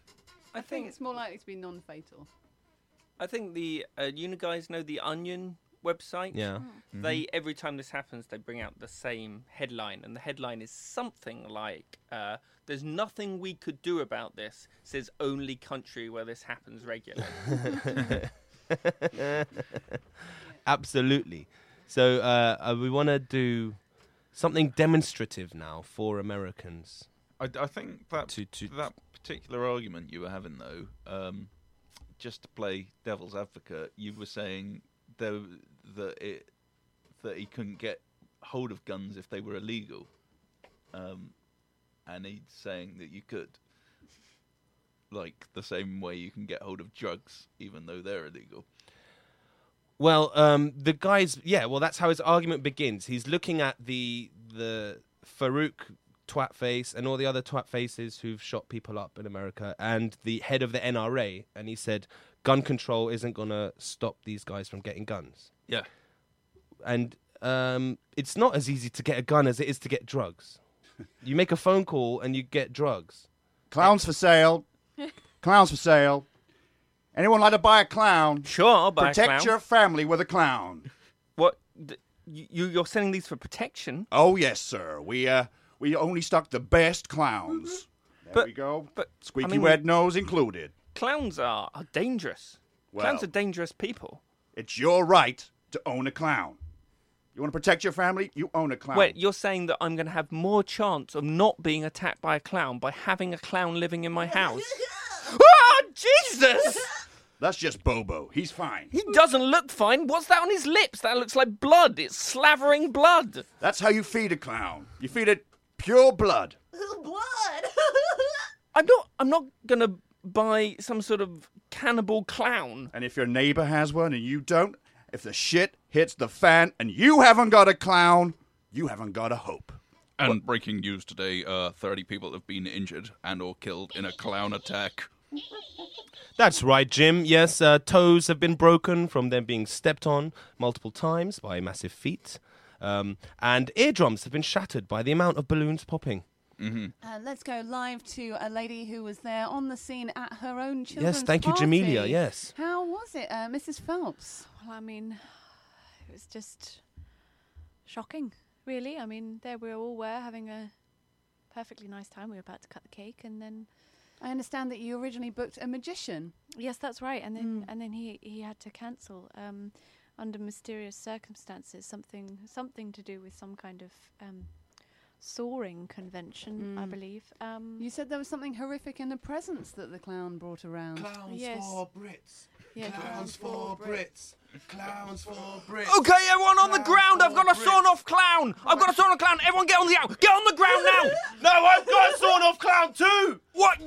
I think it's more likely to be non-fatal. I think the uh, you guys know the Onion website. Yeah. Mm. They every time this happens, they bring out the same headline, and the headline is something like, uh, "There's nothing we could do about this." Says only country where this happens regularly. Absolutely. So uh, uh, we want to do something demonstrative now for Americans. I, I think that that particular argument you were having, though, um, just to play devil's advocate, you were saying there, that it that he couldn't get hold of guns if they were illegal, um, and he's saying that you could, like the same way you can get hold of drugs, even though they're illegal. Well, um, the guys, yeah. Well, that's how his argument begins. He's looking at the the Farouk twat face and all the other twat faces who've shot people up in America, and the head of the NRA, and he said, "Gun control isn't gonna stop these guys from getting guns." Yeah. And um, it's not as easy to get a gun as it is to get drugs. you make a phone call and you get drugs. Clowns for sale. Clowns for sale. Anyone like to buy a clown? Sure, I'll buy a Protect clown. your family with a clown. What? Th- you, you're selling these for protection? Oh yes, sir. We uh, we only stock the best clowns. There we go. But Squeaky mean- red nose included. Clowns are, are dangerous. Clowns Well. are dangerous people. It's your right to own a clown. You want to protect your family? You own a clown. Wait, you're saying that I'm going to have more chance of not being attacked by a clown by having a clown living in my house? oh, Jesus! That's just Bobo. He's fine. He doesn't look fine. What's that on his lips? That looks like blood. It's slavering blood. That's how you feed a clown. You feed it pure blood. I'm not. I'm not going to buy some sort of cannibal clown. And if your neighbor has one and you don't, if the shit hits the fan and you haven't got a clown, you haven't got a hope. And breaking news today: uh, thirty people have been injured and/or killed in a clown attack. That's right, Jim. Yes, uh, toes have been broken from them being stepped on multiple times by massive feet. Um, and eardrums have been shattered by the amount of balloons popping. Mm-hmm. Uh, let's go live to a lady who was there on the scene at her own children's Yes, thank you, party. Jamelia. Yes. How was it, uh, Mrs. Phelps? Well, I mean, it was just shocking, really. I mean, there we all were having a perfectly nice time. We were about to cut the cake, and then I understand that you originally booked a magician. Hmm. yes, that's right. And then and then he he had to cancel um, under mysterious circumstances. Something something to do with some kind of um, soaring convention, I Mm. believe. Um, You said there was something horrific in the presents that the clown brought around. Clowns Yes. for Brits. Yeah, clowns for Brits. Clowns for Brits. Okay, everyone on the ground. I've got a sawn-off clown. I've got a sawn-off clown. Everyone, get on the ground. Get on the ground now. no, I've got a sawn-off clown too. What?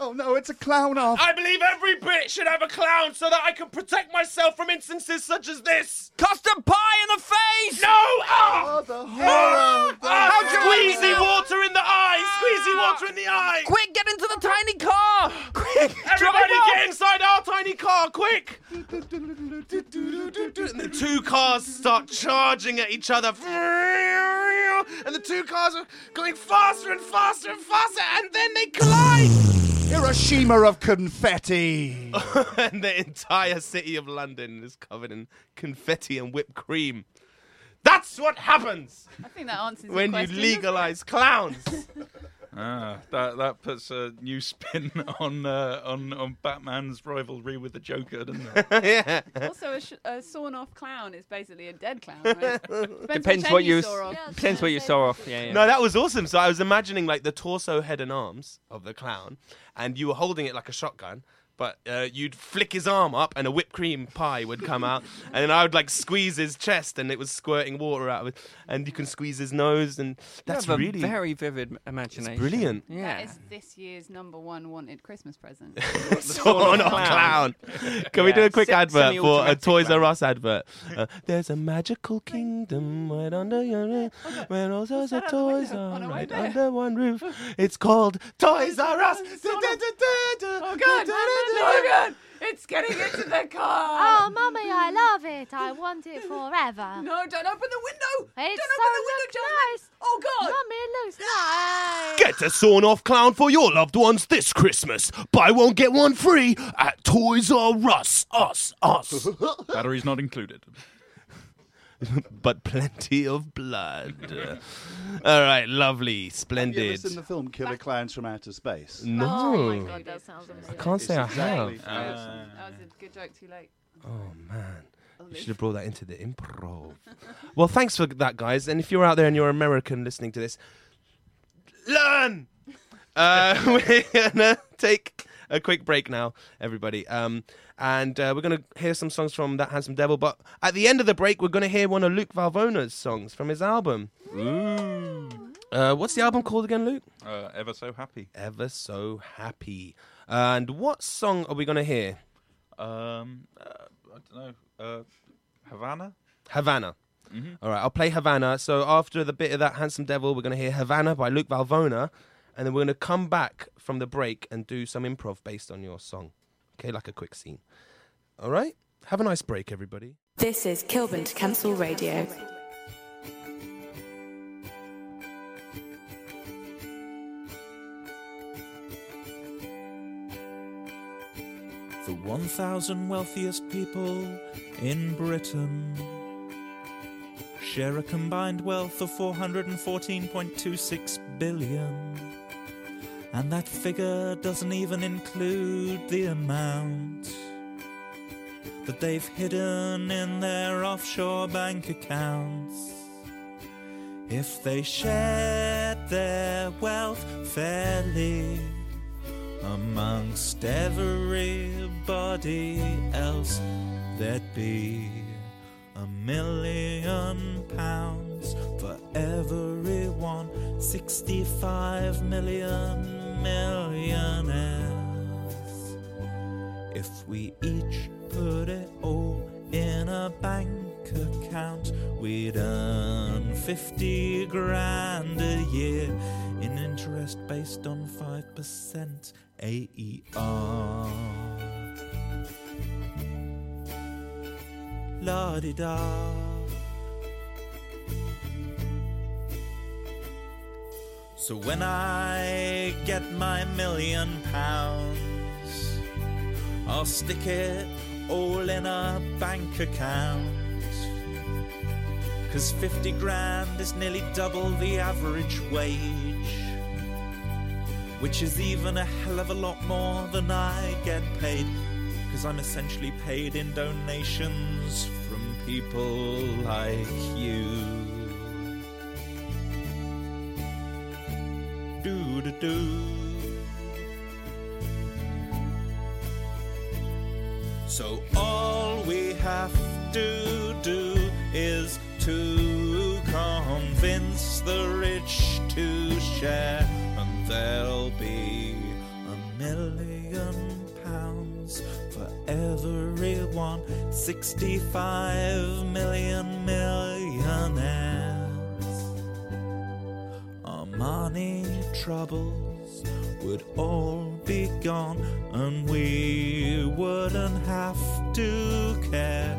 Oh no, it's a clown off. I believe every Brit should have a clown so that I can protect myself from instances such as this. Custard pie in the face. No! Ah! the Ah! Ah! How can I Squeezy know? water in the eye! Squeezy water in the eye! Ah! Quick, get into the tiny car. Quick, drive Everybody get off. inside our tiny car, quick! And the two cars start charging at each other. And the two cars are going faster and faster and faster, and then they collide! Hiroshima of confetti. and the entire city of London is covered in confetti and whipped cream. That's what happens I think that answers your when you question. legalize clowns! Ah, that that puts a new spin on uh, on on Batman's rivalry with the Joker, doesn't it? yeah. Also, a, sh- a sawn-off clown is basically a dead clown. Right? Depends, Depends which what end you saw off. depends what you saw off. Yeah, yeah. No, that was awesome. So I was imagining like the torso, head, and arms of the clown, and you were holding it like a shotgun. But uh, you'd flick his arm up, and a whipped cream pie would come out, and then I would like squeeze his chest, and it was squirting water out of it. And you can squeeze his nose, and that's you have a really very vivid imagination. brilliant. Yeah. That is this year's number one wanted Christmas present. Sawn off clown. Can we Yeah. do a quick Se- advert for a semi-automatic Toys R clown. Us advert? Uh, There's a magical kingdom right under your roof, where all sorts of toys are right under one roof. It's called Toys R Us. Oh God, oh God, it's getting into the car. Oh, mummy, I love it. I want it forever. No, don't open the window. It's don't so open the window, gentlemen. nice. Oh God. Mummy, it looks nice. Get a sawn off clown for your loved ones this Christmas. Buy one, get one free at Toys R Us. Us, us. Batteries not included. but plenty of blood. All right, lovely, Have you ever splendid. seen the film Killer Clowns from Outer Space? No. Oh my God, that sounds amazing. can't say I Exactly. have. That was- that was a good joke. Too late. Oh man. You should have brought that into the improv. well, thanks for that, guys. And if you're out there and you're American listening to this, learn. Uh, we're gonna take a quick break now, everybody. Um, and uh, we're gonna hear some songs from that handsome devil. But at the end of the break, we're gonna hear one of Luke Valvona's songs from his album. Uh, what's the album called again, Luke? Uh, ever so happy. Ever so happy. And what song are we gonna hear? Um, uh, I don't know. Uh, Havana. Havana. All right, I'll play Havana. So after the bit of that handsome devil, we're going to hear Havana by Luke Valvona, and then we're going to come back from the break and do some improv based on your song. Okay, like a quick scene. All right, have a nice break, everybody. This is Kilburn to Cancel Radio. The 1,000 wealthiest people in Britain share a combined wealth of 414.26 billion. And that figure doesn't even include the amount that they've hidden in their offshore bank accounts. If they shared their wealth fairly, amongst everybody else there'd be a million pounds for everyone 65 million millionaires If we each put it all in a bank account, we'd earn 50 grand a year in interest based on 5% E AER. La di da. So when I get my million pounds, I'll stick it all in a bank account. Cause 50 grand is nearly double the average wage, which is even a hell of a lot more than I get paid. Cause I'm essentially paid in donations from people like you. do do do. So Oh, all we have to do is to convince the rich to share, and there'll be a million pounds for everyone. Sixty-five million millionaires. Our money troubles would all be gone, and we wouldn't have to care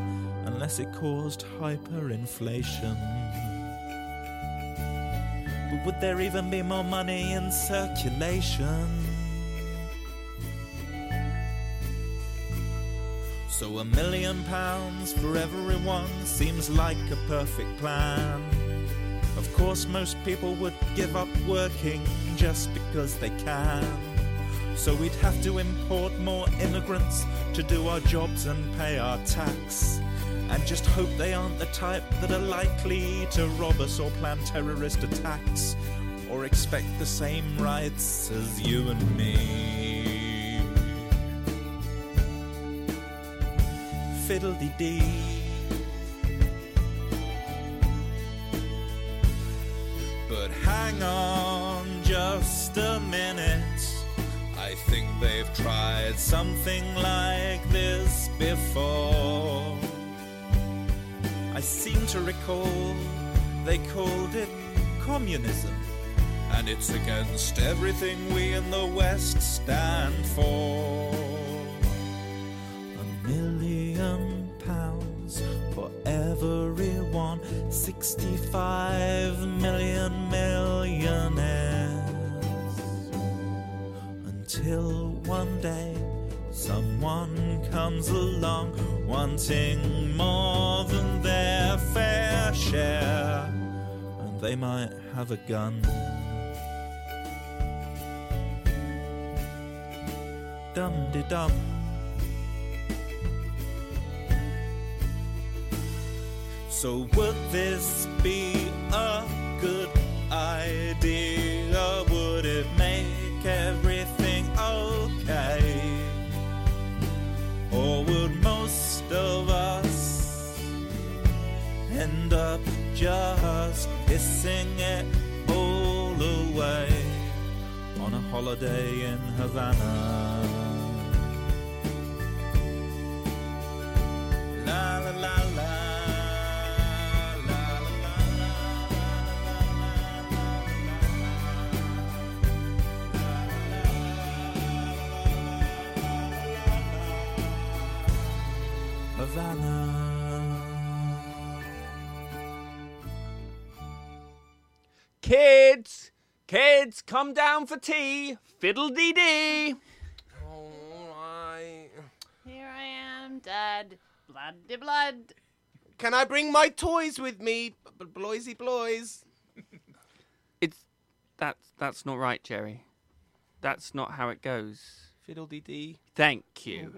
unless it caused hyperinflation. But would there even be more money in circulation? So a million pounds for everyone seems like a perfect plan. Of course, most people would give up working just because they can. So we'd have to import more immigrants to do our jobs and pay our tax. And just hope they aren't the type that are likely to rob us or plan terrorist attacks or expect the same rights as you and me. Fiddle dee dee. But hang on just a minute. I think they've tried something like this before. I seem to recall they called it communism. And it's against everything we in the West stand for. A million pounds for everyone, 65 million millionaires. Until one day someone comes along wanting more than their fair share, and they might have a gun. Dum de dum. So would this be a good idea? Would it make everything okay? Or would most of us end up just pissing it all away on a holiday in Havana? La la la la. Kids, kids, come down for tea. Fiddle dee dee. Here I am, Dad. Blood de blood. Can I bring my toys with me? B- Bloisy bloys. That's that's not right, Jerry. That's not how it goes. Fiddle dee dee. Thank you.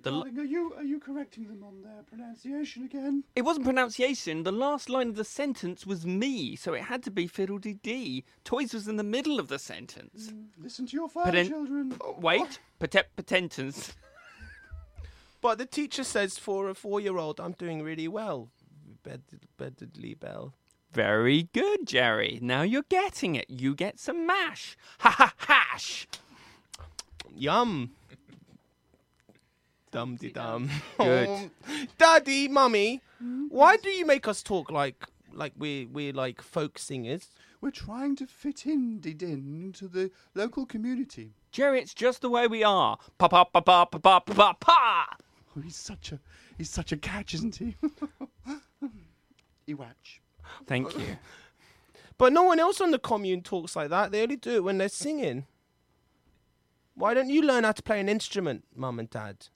The l- Darling, are you are you correcting them on their pronunciation again? it wasn't pronunciation. The last line of the sentence was me, so it had to be fiddle dee dee. Toys was in the middle of the sentence. Listen to your fire, Poten- children. Wait, potet potentance. But the teacher says for a four-year-old, I'm doing really well. Bed, beddedly bell. Very good, Jerry. Now you're getting it. You get some mash. Ha ha hash. Yum. Dum de dum. Good. Daddy, mummy, why do you make us talk like like we're we're like folk singers? We're trying to fit in, did in, to the local community. Jerry, it's just the way we are. Pa pa pa pa pa pa pa pa pa. Oh, he's such a he's such a catch, isn't he? Ewatch. Thank you. But no one else on the commune talks like that. They only do it when they're singing. Why don't you learn how to play an instrument, mum and dad?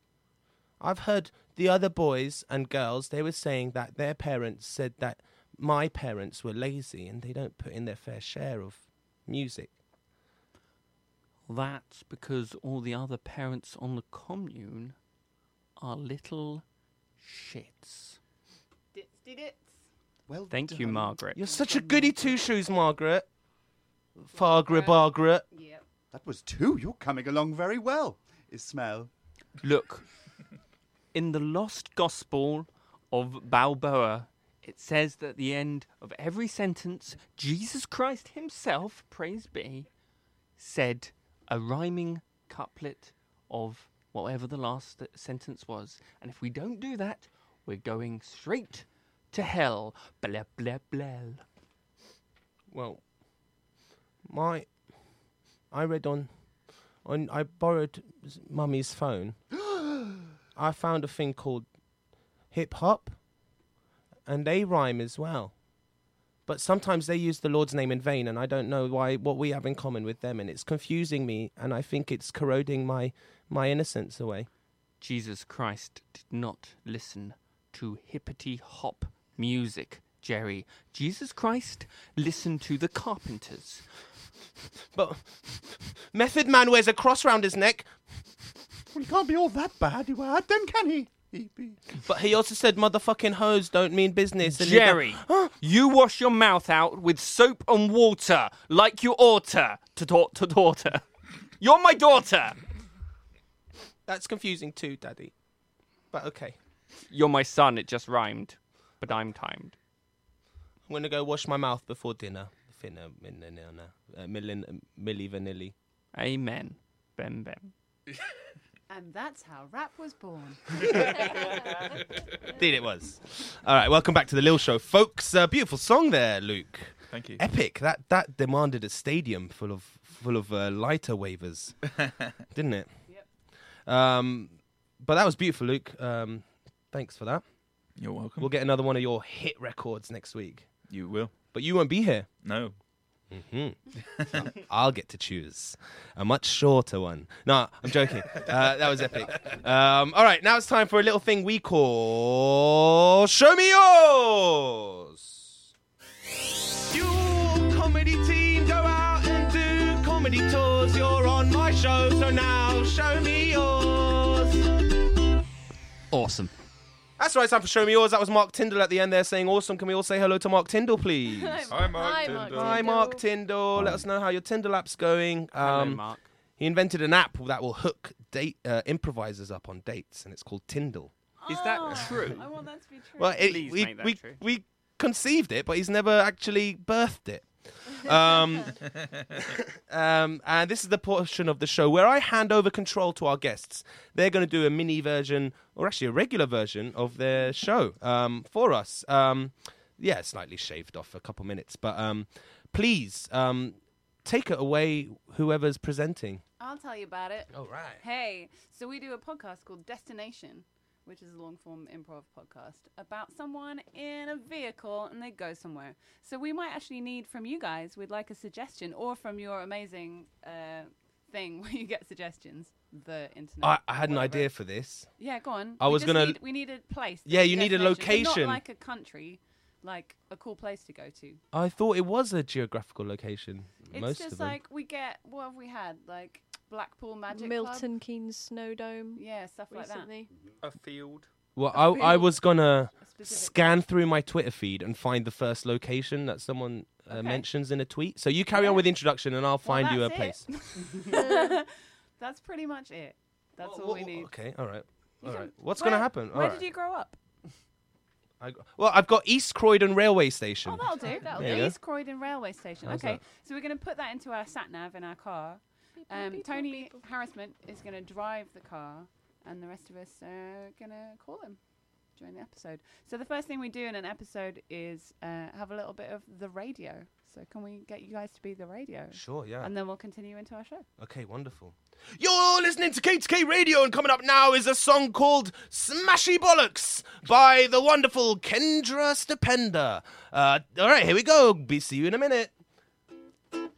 I've heard the other boys and girls, they were saying that their parents said that my parents were lazy and they don't put in their fair share of music. That's because all the other parents on the commune are little shits. Ditsy dits. Well, Thank you, Margaret. You're such a goody two shoes, Margaret. Fargaret, Margaret. That was two. You're coming along very well. Is smell. Look, in the lost gospel of Balboa, it says that at the end of every sentence, Jesus Christ himself, praise be, said a rhyming couplet of whatever the last sentence was. And if we don't do that, we're going straight to hell. Blah, blah, blah. Well, my, I read on, on I borrowed s- mummy's phone. I found a thing called hip hop, and they rhyme as well. But sometimes they use the Lord's name in vain, and I don't know why what we have in common with them, and it's confusing me, and I think it's corroding my my innocence away. Jesus Christ did not listen to hippity hop music, Jerry. Jesus Christ listened to the carpenters. But Method Man wears a cross round his neck, Well, he can't be all that bad, Ewad, then can he? He be but he also said motherfucking hoes don't mean business. and he go- Jerry, you wash your mouth out with soap and water like you oughta to, da- to daughter. You're my daughter. That's confusing too, Daddy. But okay, You're my son. It just rhymed, but I'm timed. I'm gonna go wash my mouth before dinner. Finna, minna, nana, uh, millin, milli vanilli. Amen. Bem bem. And that's how rap was born. Indeed, it was. All right, welcome back to the Lil Show, folks. Uh, beautiful song there, Luke. Thank you. Epic. That that demanded a stadium full of full of uh, lighter wavers, didn't it? Yep. Um, but that was beautiful, Luke. Um, thanks for that. You're welcome. We'll get another one of your hit records next week. You will. But you won't be here. No. hmm I'll get to choose a much shorter one. No, I'm joking. Uh, that was epic. Um, all right, now it's time for a little thing we call Show Me Yours. You comedy team go out and do comedy tours. You're on my show, so now show me yours. Awesome. That's right, it's time for Show Me Yours. That was Mark Tyndall at the end there saying awesome. Can we all say hello to Mark Tyndall, please? Hi, Mark Hi, Mark Tyndall. Hi, Mark Tyndall. Let us know how your Tyndall app's going. Um, Mark. He invented an app that will hook date uh, improvisers up on dates, and it's called Tyndall. Oh, Is Ah, that true? I want that to be true. Well, it, Please we, make that we, true. we conceived it, but he's never actually birthed it. Um, um, and this is the portion of the show where I hand over control to our guests. They're going to do a mini version, or actually a regular version, of their show um, for us. Um, yeah, slightly shaved off a couple minutes, but um, please um, take it away, whoever's presenting. I'll tell you about it. All right. Hey, so we do a podcast called Destination, which is a long form improv podcast about someone in a vehicle and they go somewhere. So we might actually need from you guys, we'd like a suggestion or from your amazing uh, thing where you get suggestions, the internet. I, I had an idea for this. Yeah, go on. I We was just gonna- Need, we need a place. Yeah, that's you need a destination, but location. Not like a country, like a cool place to go to. I thought it was a geographical location. It's most just of them. like we get what have we had like Blackpool Magic Milton Club? Keynes Snow Dome. Yeah, stuff like that. recently. Mm-hmm. A field. Well, A I, I field. was gonna specific- scan through my Twitter feed and find the first location that someone uh, mentions in a tweet. So you carry on with the introduction, and I'll find you a place. place. that's pretty much it. That's all we need. Okay, all right, You all can- right. What's gonna Where- happen? All Where right. did you grow up? I g- well, I've got East Croydon railway station. Oh, that'll do. That'll There do. you East Croydon Railway Station. How's okay, that? so we're going to put that into our sat nav in our car. Um, Tony Harrisman is going to drive the car, and the rest of us are gonna call him during the episode. So the first thing we do in an episode is uh, have a little bit of the radio. So can we get you guys to be the radio? Sure, yeah. And then we'll continue into our show. Okay, wonderful. You're listening to K2K Radio, and coming up now is a song called Smashy Bollocks by the wonderful Kendra Stupenda. Uh, all right, here we go. Be see you in a minute. Gonna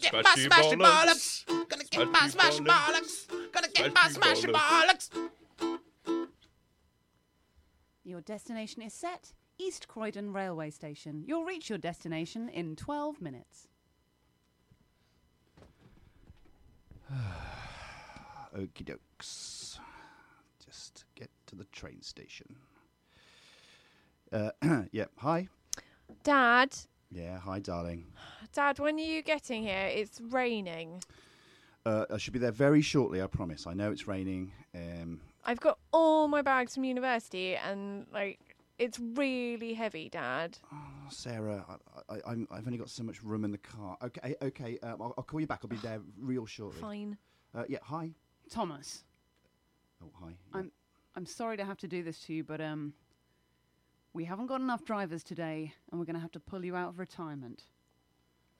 get my smashy bollocks. Gonna get my smashy bollocks. Gonna get my smashy bollocks. Your destination is set. East Croydon Railway Station. You'll reach your destination in 12 minutes. Okie dokes. Just get to the train station. Uh, yeah, hi. Dad, Yeah, hi, darling. Dad, when are you getting here? It's raining. Uh, I should be there very shortly, I promise. I know it's raining. Um, I've got all my bags from university and, like, it's really heavy, Dad. Sarah, I, I, I'm, I've only got so much room in the car. Okay, okay, um, I'll, I'll call you back. I'll be there real shortly. Fine. Uh, yeah, hi. Thomas, Oh, hi. I'm I'm sorry to have to do this to you, but um, we haven't got enough drivers today, and we're going to have to pull you out of retirement.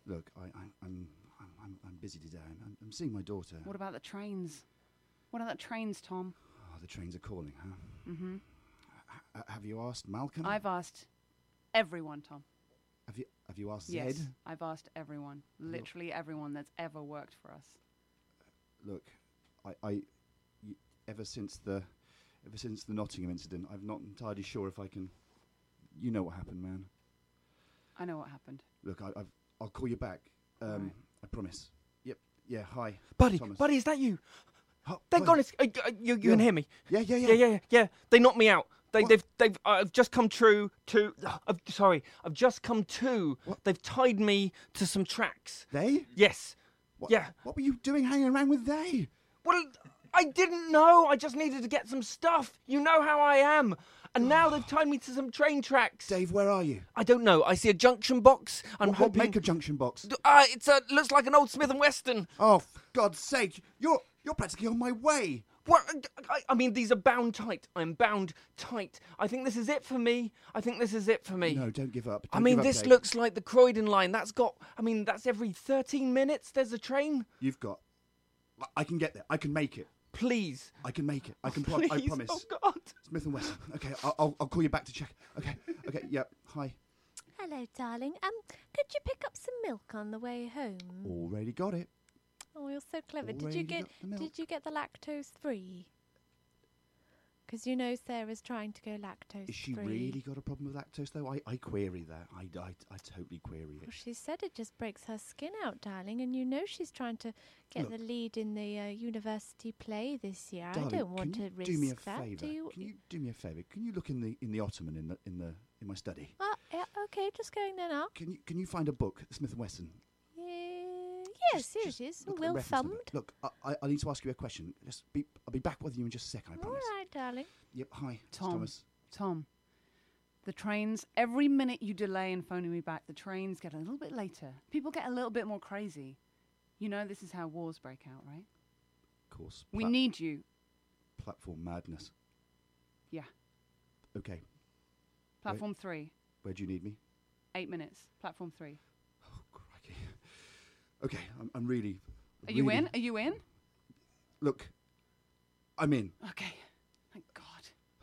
Look, I, I, I'm, I'm, I'm, I'm busy today. I'm, I'm- I'm seeing my daughter. What about the trains? What about the trains, Tom? Oh, the trains are calling, huh? Mm-hmm. Uh, have you asked Malcolm? I've asked everyone, Tom. Have you Have you asked Yes, Zed? I've asked everyone, literally everyone that's ever worked for us. Look, I, I y- ever since the, ever since the Nottingham incident, I'm not entirely sure if I can. You know what happened, man. I know what happened. Look, I, I've, I'll call you back. Um, I promise. Yep. Yeah. Hi, Buddy, Thomas. buddy, is that you? Thank God, it's, uh, uh, you, you can Oh, Yeah. hear me. Yeah, yeah, yeah, yeah, yeah. yeah. They knocked me out. They, they've, they've. uh, I've just come true to. I've, sorry, I've just come to. They've tied me to some tracks. They? Yes. Yeah. What were you doing hanging around with they? Well, I didn't know. I just needed to get some stuff. You know how I am. And now they've tied me to some train tracks. Dave, where are you? I don't know. I see a junction box. I'm what, hoping. what make a junction box? Uh, it's a looks like an old Smith and Weston. Oh, for God's sake! You're you're practically on my way. What? uh, I, I mean, these are bound tight. I'm bound tight. I think this is it for me. I think this is it for me. No, don't give up. I Don't mean, give up, this Dave. looks like the Croydon line. That's got. I mean, that's every 13 minutes. There's a train. You've got. I- I can get there. I can make it. Please. I can make it. I can. Pro- I Please. promise. Oh God. Smith and Wesson. Okay, I'll, I'll, I'll call you back to check. Okay. Okay. Yep. Hi. Hello, darling. Um, could you pick up some milk on the way home? Already got it. Oh, you're so clever. Did Already you get got the did you get the lactose free? Because you know Sarah's trying to go lactose Is she free. really got a problem with lactose though? I, I query that. I, I, I totally query Well, it. she said it just breaks her skin out, darling, and you know she's trying to get Look. the lead in the uh, university play this year. Darling, I don't want can to you risk do me a that. favor? Do you? Can you do me a favor? Can you look in the in the ottoman in the in the in my study? Uh, yeah, okay, just going there now. Can you can you find a book, Smith and Wesson? Yeah, yes, here it is. Look at the Will reference number. thumbed. Look, I, I- I need to ask you a question. Just be, I'll be back with you in just a second. I All promise. right, darling. Yep. Hi, it's Tom. Thomas. Tom, the trains, every minute you delay in phoning me back, the trains get a little bit later. People get a little bit more crazy. You know, this is how wars break out, right? Of course. We plat- need you. platform madness. Yeah. Okay. Platform three, Where do you need me? eight minutes. Platform three. Okay. I'm, I'm really. Are you really- in? Are you in? Look, I'm in. Okay.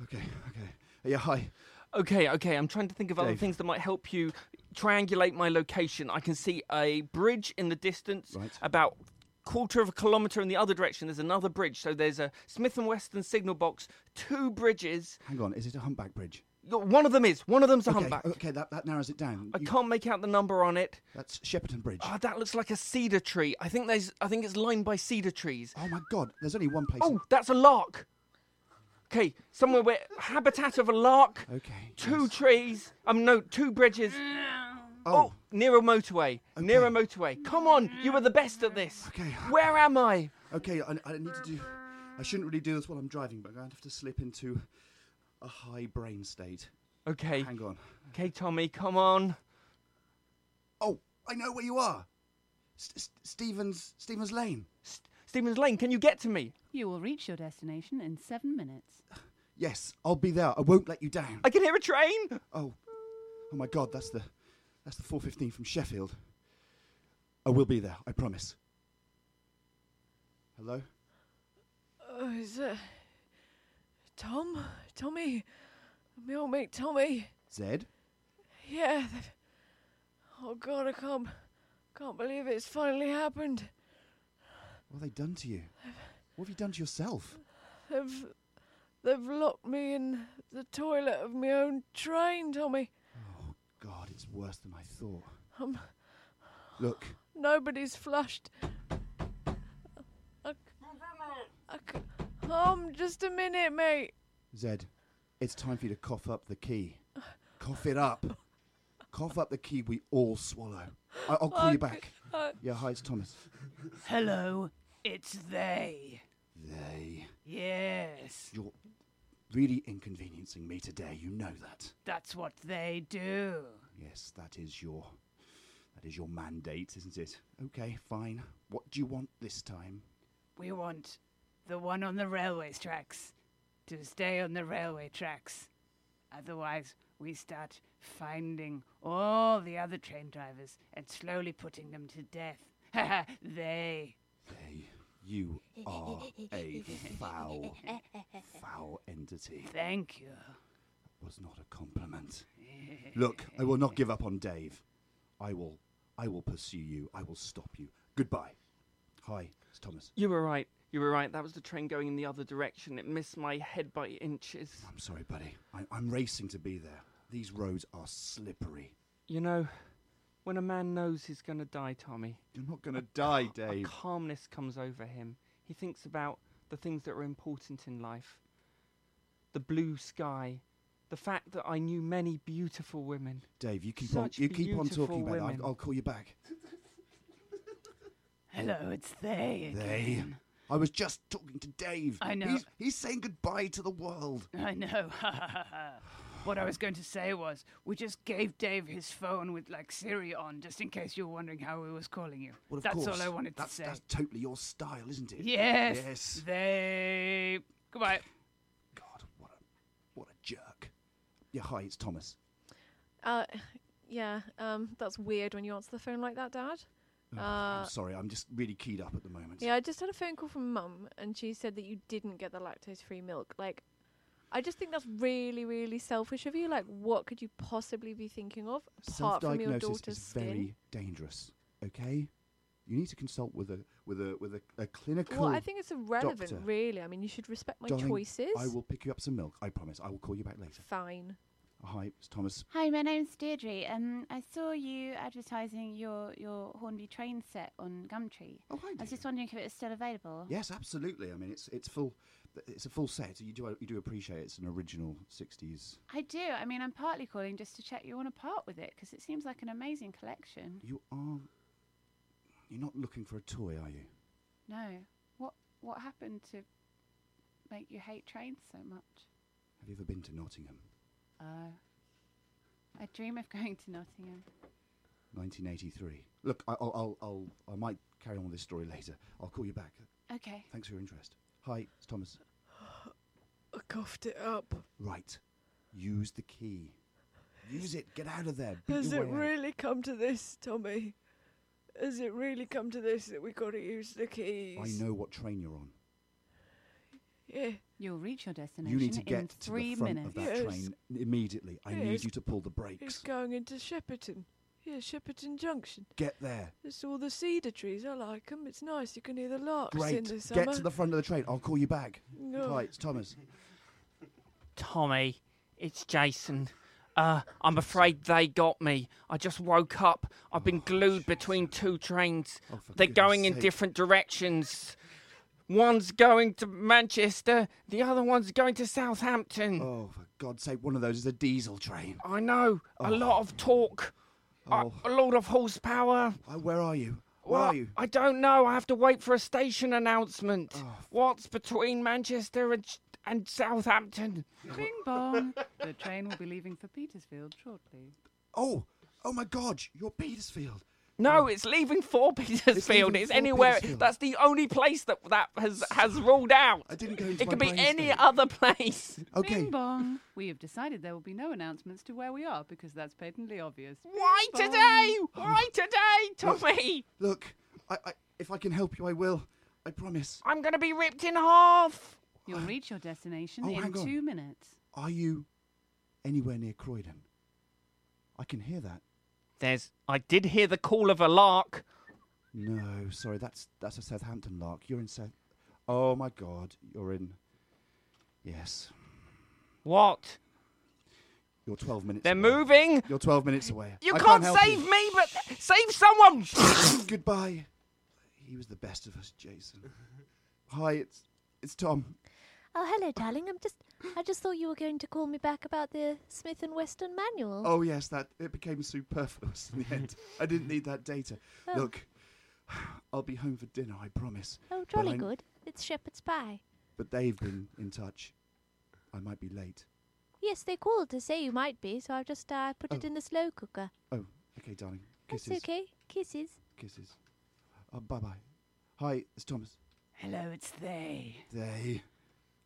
Okay. Okay. Yeah. Hi. Okay, okay. I'm trying to think of other Dave. things that might help you triangulate my location. I can see a bridge in the distance, Right. about quarter of a kilometre in the other direction. There's another bridge. So there's a Smith and Weston signal box, two bridges. Hang on. Is it a humpback bridge? One of them is. One of them's a okay, humpback. Okay. That, that narrows it down. I can't make out the number on it. That's Shepperton Bridge. Ah, that looks like a cedar tree. I think there's. I think it's lined by cedar trees. Oh my God! There's only one place. Oh, that's a lark. Okay, somewhere where habitat of a lark. Okay. Two trees. Um, no, two bridges. Oh, near a motorway. Near a motorway. Come on, you are the best at this. Okay. Where am I? Okay. I, I need to do. I shouldn't really do this while I'm driving, but I'm going to have to slip into a high brain state. Okay. Hang on. Okay, Tommy, come on. Oh, I know where you are. St- St- Stevens. Stevens Lane. Stephen's Lane, can you get to me? You will reach your destination in seven minutes. Yes, I'll be there. I won't let you down. I can hear a train. Oh, oh my God, that's the, that's the 415 from Sheffield. I will be there. I promise. Hello. Oh, is it Tom? Tommy? My old mate Tommy? Zed. Yeah. th- Oh God, I can't, can't believe it's finally happened. What have they done to you? What have you done to yourself? They've, they've locked me in the toilet of my own train, Tommy. God, it's worse than I thought. Um, Look, nobody's flushed. I, I, I, c- um, just a minute, mate. Zed, it's time for you to cough up the key. Cough it up. cough up the key we all swallow. I- I'll call you back. Uh, I- Yeah, hi, it's Thomas. Hello, it's they. They. Yes, You're really inconveniencing me today. You know that. that's what they do. Yes, that is your. That is your mandate, isn't it? Okay, fine. What do you want this time? We want the one on the railway tracks to stay on the railway tracks. Otherwise, we start finding all the other train drivers and slowly putting them to death. they. You are a foul, foul entity. Thank you. was not a compliment. Look, I will not give up on Dave. I will I will pursue you. I will stop you. Goodbye. Hi, it's Thomas. You were right. You were right. That was the train going in the other direction. It missed my head by inches. I'm sorry, buddy. I, I'm racing to be there. These roads are slippery. You know, when a man knows he's going to die, Tommy. You're not going to die, Dave. A calmness comes over him. He thinks about the things that are important in life the blue sky, the fact that I knew many beautiful women. Dave, you keep Such on you keep on beautiful talking about that. women. I'll, I'll call you back. Hello, it's they. They. again. I was just talking to Dave. I know. He's, he's saying goodbye to the world. I know. what I was going to say was, we just gave Dave his phone with like Siri on, just in case you were wondering how he was calling you. Well, of that's course. all I wanted that's, to say. That's totally your style, isn't it? Yes. Yes. They. Goodbye. What a jerk. Yeah, hi, it's Thomas. Uh, yeah. Um, that's weird when you answer the phone like that, Dad. Ugh, Uh, I'm sorry, I'm just really keyed up at the moment. Yeah, I just had a phone call from Mum, and she said that you didn't get the lactose-free milk. Like, I just think that's really, really selfish of you. Like, what could you possibly be thinking of apart from your Self-diagnosis daughter's is skin? very dangerous. Okay, you need to consult with a with a with a, a clinical. well, I think it's irrelevant, doctor. really. I mean, you should respect my Darling, choices. I will pick you up some milk. I promise. I will call you back later. Fine. Hi, it's Thomas. Hi, my name's Deirdre. Um, I saw you advertising your, your Hornby train set on Gumtree. Oh, I, was just wondering if it was still Oh. available. Yes, absolutely. I mean, it's it's full. It's a full set. You do you do appreciate it's an original '60s. I do. I mean, I'm partly calling just to check you want to part with it because it seems like an amazing collection. You are. You're not looking for a toy, are you? No, what what happened to make you hate trains so much? Have you ever been to Nottingham? Oh, Uh, I dream of going to Nottingham. 1983. Look, I, I'll, I'll, I'll, I might carry on with this story later. I'll call you back. Okay. Thanks for your interest. Hi, it's Thomas. I coughed it up. Right. Use the key. Use it. Get out of there. Beat Has your it way out. really come to this, Tommy? Has it really come to this that we got to use the keys? I know what train you're on. Yeah. You'll reach your destination You need to in get to three the front minutes. of that Yes. train immediately. I Yes. need you to pull the It's brakes. going into Shepperton. Yeah, Shepperton Junction. Get there. It's all the cedar trees. I like 'em. It's nice. You can hear the larks in Great. the summer. Get to the front of the train. I'll call you back. No. Hi, it's Thomas. Tommy, it's Jason. Uh, I'm afraid they got me. I just woke up. I've Oh, been glued between two trains. They're going in sake. different directions. One's going to Manchester, the other one's going to Southampton. Oh, for God's sake, one of those is a diesel train. I know. A lot of talk. a- Oh. A, lot of horsepower. Uh, Where are you? Where Well, are you? I don't know. I have to wait for a station announcement. Oh. What's between Manchester and, and Southampton? Bing bong. the train will be leaving for Petersfield shortly. Oh, oh my God, you're Petersfield. No, it's leaving for Petersfield. leaving It's for anywhere. Petersfield. That's the only place that that has has ruled out. I didn't go into It my could be brain any state. other place. Bing bong. We have decided there will be no announcements to where we are because that's patently obvious. Why Bing today? bong. Why today, Look, Tommy? Look, I, I, if I can help you, I will. I promise. I'm gonna be ripped in half. You'll reach your destination Oh, in hang on. two minutes. Are you anywhere near Croydon? I can hear that. There's. I did hear the call of a lark. No, sorry, that's that's a Southampton lark. You're in South. Oh my God, you're in. Yes, What? you're 12 minutes. They're away. moving. You're 12 minutes away. You I can't, help save you. me, but save someone. Goodbye. He was the best of us, Jason. Hi, it's it's Tom. Oh, hello, darling. I'm just. I just thought you were going to call me back about the Smith and Weston manual. Oh yes, that it became superfluous in the end. I didn't need that data. Oh. Look, I'll be home for dinner. I promise. Oh, But jolly I- good. It's shepherd's pie. But they've been in touch. I might be late. Yes, they called to say you might be, so I've just uh, put it in the slow cooker. Oh, okay, darling. Kisses. That's okay. Kisses. Kisses. Oh, bye bye. Hi, it's Thomas. Hello, it's they. They.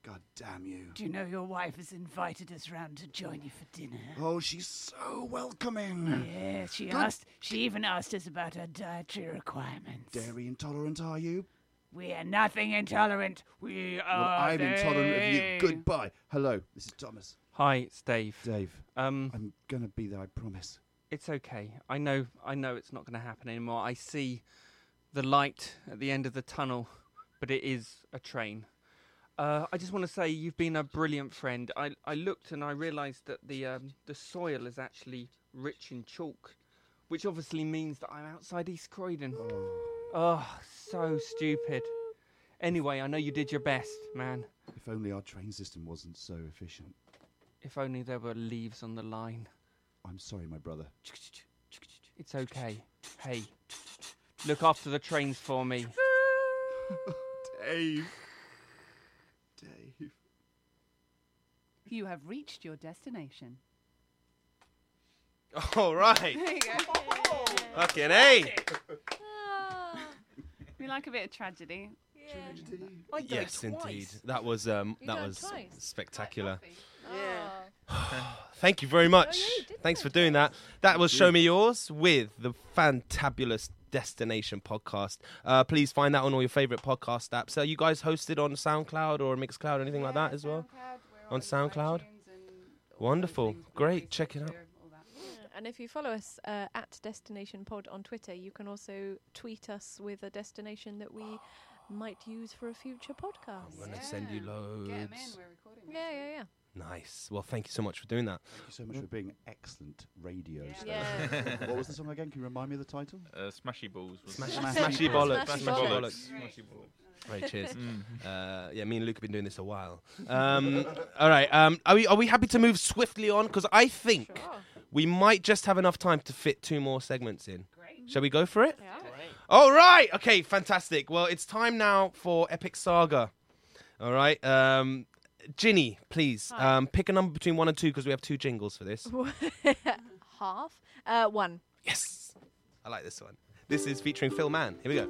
God damn you. Do you know your wife has invited us round to join you for dinner? Oh, she's so welcoming. Yes, she Good asked. She even asked us about her dietary requirements. Dairy intolerant, are you? We are nothing intolerant. We Well, are. I'm intolerant of you. they. Goodbye. Hello, this is Thomas. Hi, it's Dave. Dave. Uh, Um, I'm gonna be there. I promise. It's okay. I know. I know it's not going to happen anymore. I see the light at the end of the tunnel, but it is a train. Uh, I just want to say you've been a brilliant friend. I, I looked and I realised that the um, the soil is actually rich in chalk, which obviously means that I'm outside East Croydon. Oh, so stupid. Anyway, I know you did your best, man. If only our train system wasn't so efficient. If only there were leaves on the line. I'm sorry, my brother. It's okay. Hey, look after the trains for me. Dave. Dave. You have reached your destination. All right. Fucking A. we like a bit of tragedy. I Yes, indeed. That was um, You that died was twice. spectacular. Yeah. Thank you very much. Thanks for doing that. That was you. Show Me Yours with the fantabulous Destination podcast. Uh, please find that on all your favorite podcast apps. Are you guys hosted on SoundCloud or Mixcloud or anything like that as well? On SoundCloud. Wonderful. Great. Check it out. And if you follow us uh, at Destination Pod on Twitter, you can also tweet us with a destination that we might use for a future podcast. I'm gonna send you loads. Yeah, yeah, yeah. Nice. Well, thank you so much for doing that. Thank you so much for being excellent radio. station. Yeah. uh, what was the song again? Can you remind me of the title? Uh, smashy balls. Was Smash- it? Smashy bollocks. Smashy bollocks. Smashy bollocks. Right, cheers. Mm. Uh, yeah, me and Luke have been doing this a while. Um, all right, um, are we are we happy to move swiftly on? Because I think we might just have enough time to fit two more segments in. Great. Shall we go for it? Yeah. All right. Okay. Fantastic. Well, it's time now for Epic Saga. All right. Um, Ginny, please um, pick a number between one and two because we have two jingles for this. Half. Uh, one. Yes. I like this one. This is featuring Phil Mann. Here we go.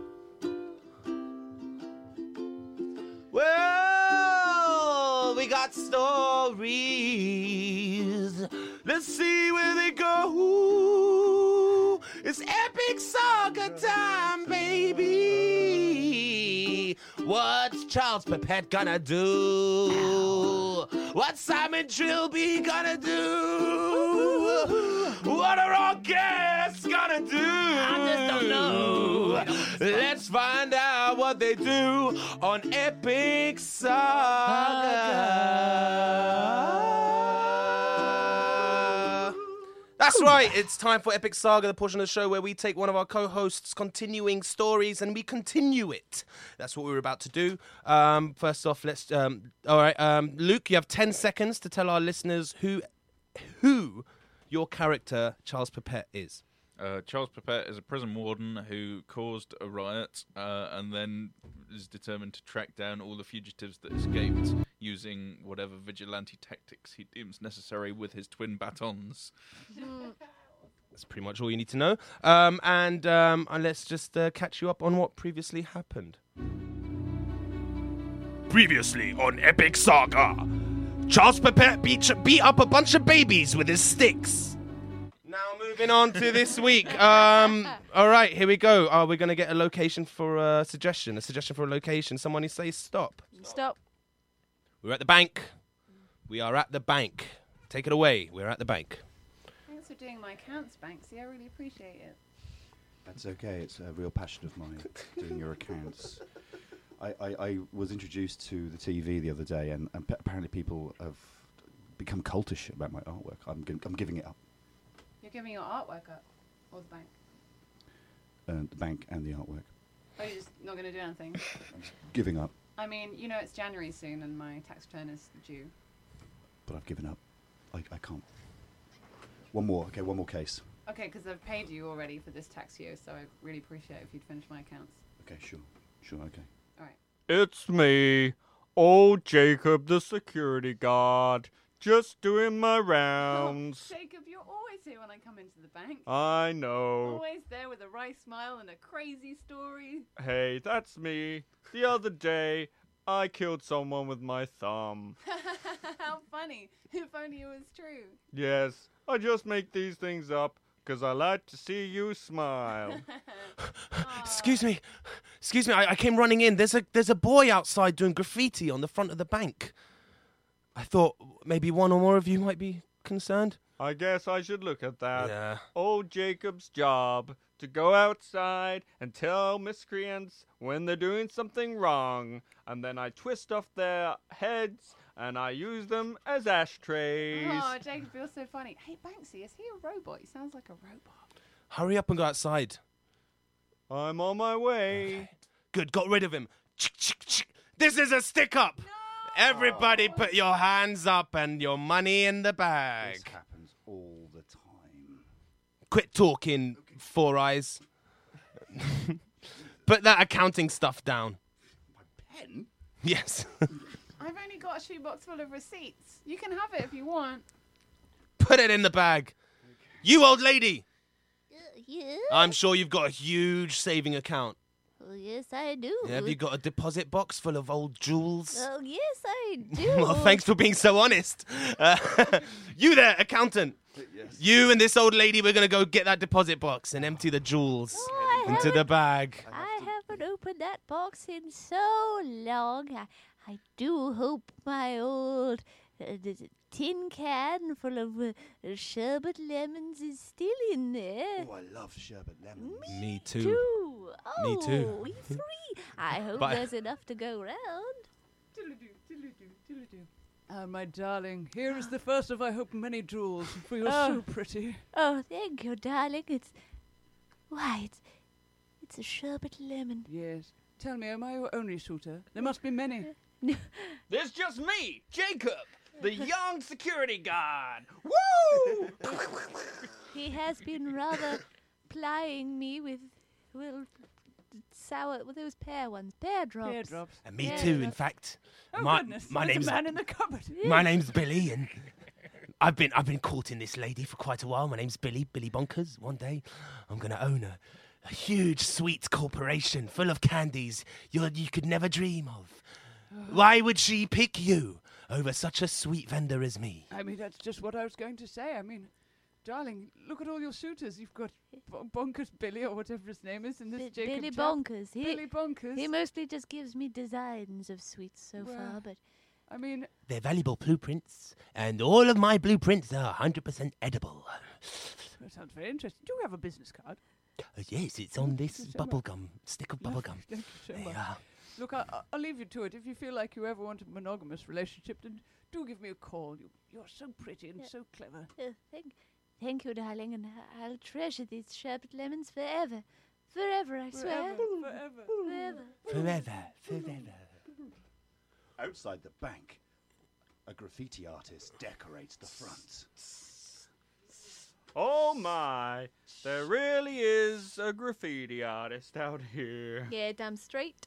Well, we got stories. Let's see where they go. It's epic saga time, baby. What's Charles Pipette gonna do? What's Simon Trilby gonna do? What are our guests gonna do? I just don't know. Let's find out what they do on Epic Saga. That's right. It's time for Epic Saga, the portion of the show where we take one of our co-hosts' continuing stories and we continue it. That's what we were about to do. Um, first off, let's. Um, all right, um, Luke, you have ten seconds to tell our listeners who, who, your character Charles Pipette is. Uh, Charles Pipette is a prison warden who caused a riot uh, and then is determined to track down all the fugitives that escaped using whatever Mm. vigilante tactics he deems necessary with his twin batons. That's pretty much all you need to know. Um, and, um, and let's just uh, catch you up on what previously happened. Previously on Epic Saga, Charles Pipette beat, beat up a bunch of babies with his sticks. Now moving on to this week. Um, all right, here we go. Uh, we're going to get a location for a suggestion. A suggestion for a location. Someone who says stop. Stop. We're at the bank. We are at the bank. Take it away. We're at the bank. Thanks for doing my accounts, Banksy. I really appreciate it. That's okay. It's a real passion of mine doing your accounts. I, I, I was introduced to the TV the other day, and, and p- apparently people have become cultish about my artwork. I'm, gi- I'm giving it up. You're giving your artwork up, or the bank. Uh, the bank and the artwork. Oh, you're just not going to do anything. Giving up, I mean, you know, it's January soon, and my tax return is due. but I've given up. I, I can't. One more. Okay, one more case. Okay, because I've paid you already for this tax year, so I really appreciate if you'd finish my accounts. Okay, sure. Sure, okay. It's me, old Jacob the security guard, just doing my rounds. Oh, Jacob, you're always here when I come into the bank. I Oh. know. Always there with a wry smile and a crazy story. Hey, that's me. The other day, I killed someone with my thumb. How funny. If only it was true. Yes, I just make these things up 'cause I like to see you smile. Excuse me, excuse me. I, I came running in. There's a there's a boy outside doing graffiti on the front of the bank. I thought maybe one or more of you might be concerned. I guess I should look at that. Old Jacob's job to go outside and tell miscreants when they're doing something wrong, and then I twist off their heads and I use them as ashtrays. Oh, Jacob, you're so funny. Hey, Banksy, is he a robot? He sounds like a robot. Hurry up and go outside. I'm on my way. Good, got rid of him. This is a stick up. Everybody, put your hands up and your money in the bag. happens all the time. Quit talking, four eyes. put that accounting stuff down. Pen? Yes. I've only got a shoebox full of receipts. You can have it if you want. Put it in the bag. You old lady, Yes. I'm sure you've got a huge saving account. Oh, yes, I do. Have you got a deposit box full of old jewels? Oh, yes, I do. well, thanks for being so honest. Uh, you there, accountant. You and this old lady, we're going to go get that deposit box and empty the jewels Oh, I into the haven't- bag. I haven't opened that box in so long. I, I do hope my old uh, d- d- tin can full of uh, uh, sherbet lemons is still in there. Oh, I love sherbet lemon. Me Two. Oh, Me too. you three. I hope But- there's enough to go round. Ah, my darling, here is the first of I hope many jewels, for you're Ah. Oh. so pretty. Oh, thank you, darling. It's why it's it's a sherbet lemon. Yes. Tell me, am I your only suitor? There must be many. There's just me, Jacob, the young security guard. Woo! He has been rather plying me with well sour with those pear ones, pear drops. drops. And Uh, me Pear too, in drops. fact. Oh, my goodness, my there's a name's man in the cupboard. My name's Billy, and I've been I've been courting this lady for quite a while. My name's Billy, Billy Bonkers. One day, I'm gonna own a, a huge sweets corporation full of candies you you could never dream of. Oh. Why would she pick you over such a sweet vendor as me? I mean, that's just what I was going to say. I mean, darling, look at all your suitors. You've got bon- Bonkers Billy or whatever his name is, and this B- Jacob Billy chap. Bonkers. He, Billy Bonkers. He mostly just gives me designs of sweets so Well, far, but I mean, They're valuable blueprints, and all of my blueprints are 100% edible. that sounds very interesting. Do you have a business card? Uh, Yes, it's on this Thank you so much. bubblegum, stick of bubblegum. Thank you so There you much. are. Look, I, I- I'll leave you to it. If you feel like you ever want a monogamous relationship, then do give me a call. You, you're so pretty and Yeah. so clever. uh, thank, thank you, darling, and I- I'll treasure these sherbet lemons forever, forever. I swear. Forever. Forever. Forever, forever. Outside the bank, a graffiti artist decorates the front. Oh my, there really is a graffiti artist out here. Yeah, damn straight.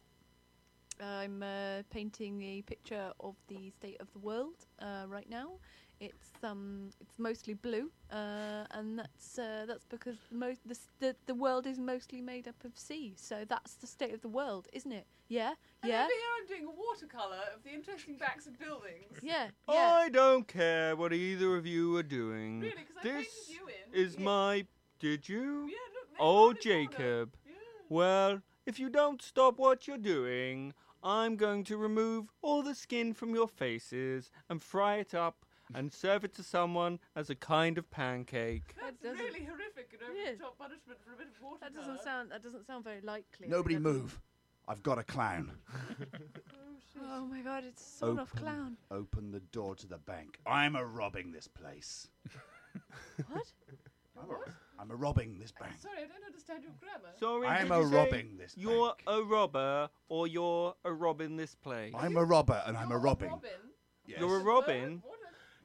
I'm uh, painting a picture of the state of the world uh, right now. It's um, it's mostly blue, uh, and that's uh, that's because most the, s- the the world is mostly made up of sea. So that's the state of the world, isn't it? Yeah, And yeah, over here I'm doing a watercolour of the interesting backs of buildings. yeah, yeah. I don't care what either of you are doing. Really, 'cause I painted this you in. is my. Did you? oh, Jacob. Well, if you don't stop what you're doing, I'm going to remove all the skin from your faces and fry it up and serve it to someone as a kind of pancake. That's really horrific and over the top punishment for a bit of watercolour. That doesn't sound that doesn't sound very likely. Nobody That- move. I've got a clown. Oh my god, it's sort of clown. Open the door to the bank. I'm a robbing this place. What? I'm a robbing this bank. Sorry, I don't understand your grammar. Sorry, I'm did a you say robbing this You're a robber or you're a robbing this place. I'm a robber and I'm a robbing. You're a robin.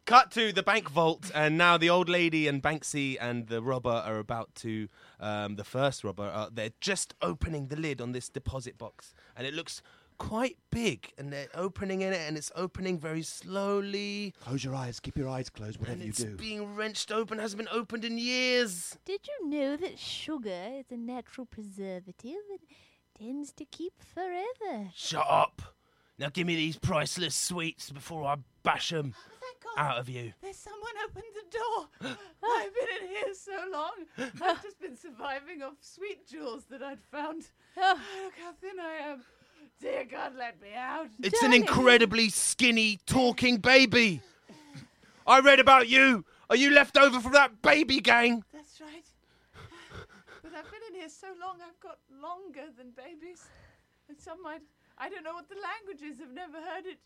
Cut to the bank vault, and now the old lady and Banksy and the robber are about to. Um, the first robber, uh, they're just opening the lid on this deposit box, and it looks quite big. And they're opening in it, and it's opening very slowly. Close your eyes. Keep your eyes closed. Whatever you It's do. being wrenched open, hasn't been opened in years. Did you know that sugar is a natural preservative and tends to keep forever? Shut up! Now give me these priceless sweets before I bash them out of you. There's someone opened the door. I've been in here so long. I've just been surviving off sweet jewels that I'd found. Look how thin I am. Dear God, let me out. It's an incredibly skinny talking baby. I read about you. Are you left over from that baby gang? That's right. But I've been in here so long, I've got longer than babies. And some might. I don't know what the language is, I've never heard it.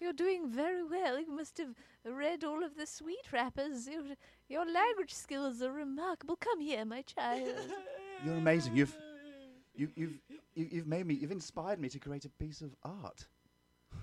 You're doing very well. You must have read all of the sweet wrappers. Your, your language skills are remarkable. Come here, my child. You're amazing. You've you, you've you, you've made me. You've inspired me to create a piece of art.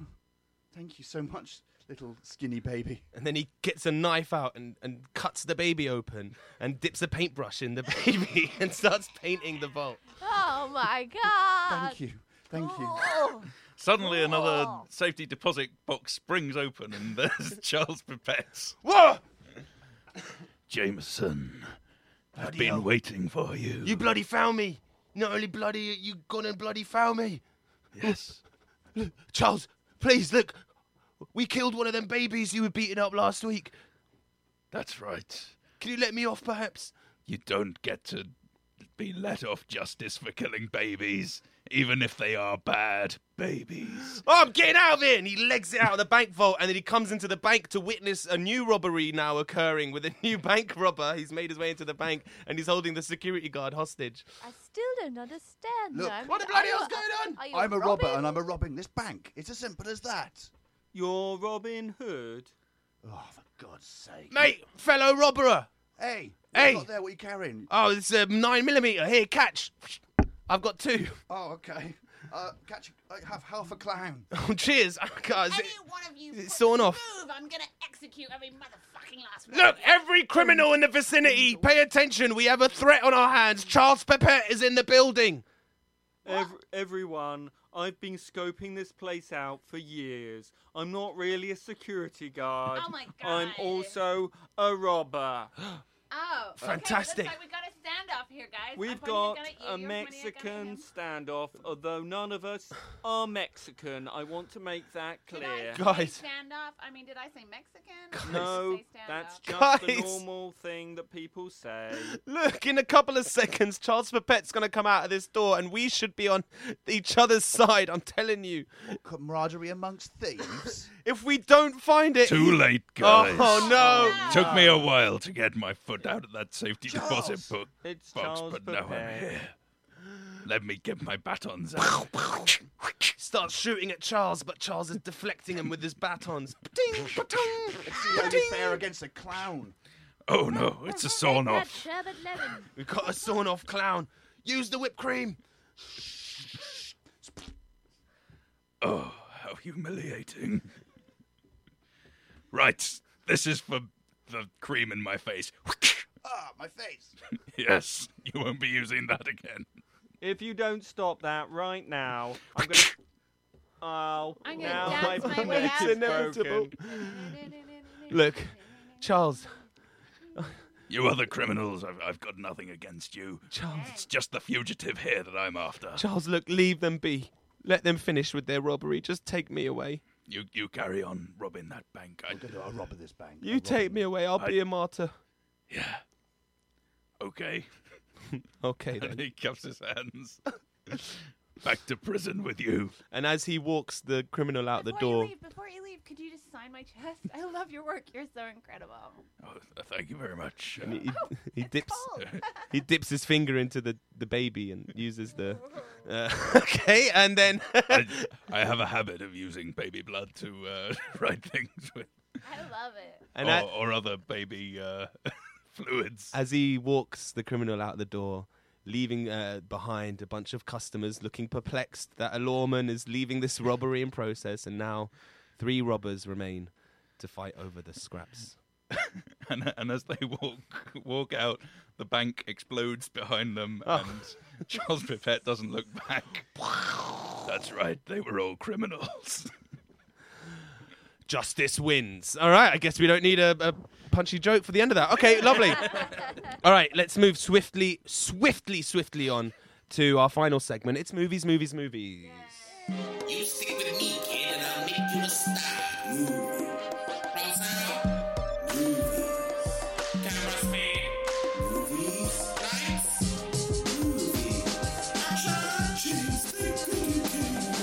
Thank you so much, little skinny baby. And then he gets a knife out and, and cuts the baby open and dips a paintbrush in the baby and starts painting the vault. oh my god! Oh, Thank you. Thank Oh. you. Suddenly, another safety deposit box springs open, and there's Charles Pipette. Whoa! Jameson, I've Bloody been hell. waiting for you. You bloody found me. Not only bloody, you gone and bloody found me. Yes. Charles, please look. We killed one of them babies you were beating up last week. That's right. Can you let me off, perhaps? You don't get to be let off justice for killing babies, even if they are bad babies. Oh, I'm getting out of here! And he legs it out of the bank vault, and then he comes into the bank to witness a new robbery now occurring with a new bank robber. He's made his way into the bank, and he's holding the security guard hostage. I still don't understand. Look, though. what Are the bloody you- hell's going are- are you I'm a robber robbing? and I'm a robbing this bank. It's as simple as that. You're Robin Hood. Oh, for God's sake. Mate, fellow robberer! Hey. Hey. Hey. Not there. What are you carrying? Oh, it's a nine millimeter. Here, catch. I've got two. Oh, okay. Uh, catch. I have half a clown. Oh, cheers, Oh, God, is it- one of you is it puts sawn a off? move, I'm gonna execute every motherfucking last one. Look, every criminal in the vicinity, pay attention. We have a threat on our hands. Charles Pepet is in the building. Ev- everyone, I've been scoping this place out for years. I'm not really a security guard. Oh my I'm God. also a robber. Oh, Fantastic. Okay, looks like we got a standoff here, guys. I'm We've pointing a got gun at you, a you're pointing gun at Mexican him. standoff, although none of us are Mexican. I want to make that clear. Did I say standoff. I mean, did I say Mexican? Or did I No, say standoff? that's just the Guys. normal thing that people say. Look, in a couple of seconds, Charles Pepet's going to come out of this door, and we should be on each other's side. I'm telling you. Camaraderie amongst thieves. If we don't find it. Too late, guys. Oh, no. Took me a while to get my foot out of that safety deposit book It's box, Charles but now I'm Pipette. here. Let me get my batons out. Starts shooting at Charles, but Charles is deflecting him with his batons. Ding, ba-dong. It's the only fair against a clown. Oh no, it's a sawn That off. sherbet lemon. We've got a sawn off clown. Use the whipped cream. Oh, how humiliating. Right, this is for the cream in my face. Ah, my face. yes, you won't be using that again. If you don't stop that right now, I'm gonna. Oh, I'm gonna now dance my my way neck out. is Inevitable. broken. Look, Charles. You other criminals, I've, I've got nothing against you. Charles. It's just the fugitive here that I'm after. Charles, look, leave them be. Let them finish with their robbery. Just take me away. You, you carry on robbing that bank. I, I'll rob this bank. You take me away. I'll be a martyr. Yeah. Okay. Okay And then. he cups his hands. Back to prison with you. And as he walks the criminal out the Before door, you leave, before you leave, could you just sign my chest? I love your work. You're so incredible. Oh, th- thank you very much. uh, and he, he- he dips he dips his finger into the, the baby and uses the. Uh, okay, and then I, I have a habit of using baby blood to uh, write things with. I love it. And or, I- or other baby uh, fluids. As he walks the criminal out the door, leaving uh, behind a bunch of customers looking perplexed that a lawman is leaving this robbery in process, and now three robbers remain to fight over the scraps. and, and as they walk walk out, the bank explodes behind them, and Charles Pipette doesn't look back. That's right, they were all criminals. Justice wins. All right, I guess we don't need a, a punchy joke for the end of that. Okay, lovely. All right, let's move swiftly, swiftly, swiftly on to our final segment. It's movies, movies, movies. You stick with me, kid, and I'll make you a star. Move. Roll sound. Move. Camera speed. Movies. Lights. Movies. Action. Cheese. Stick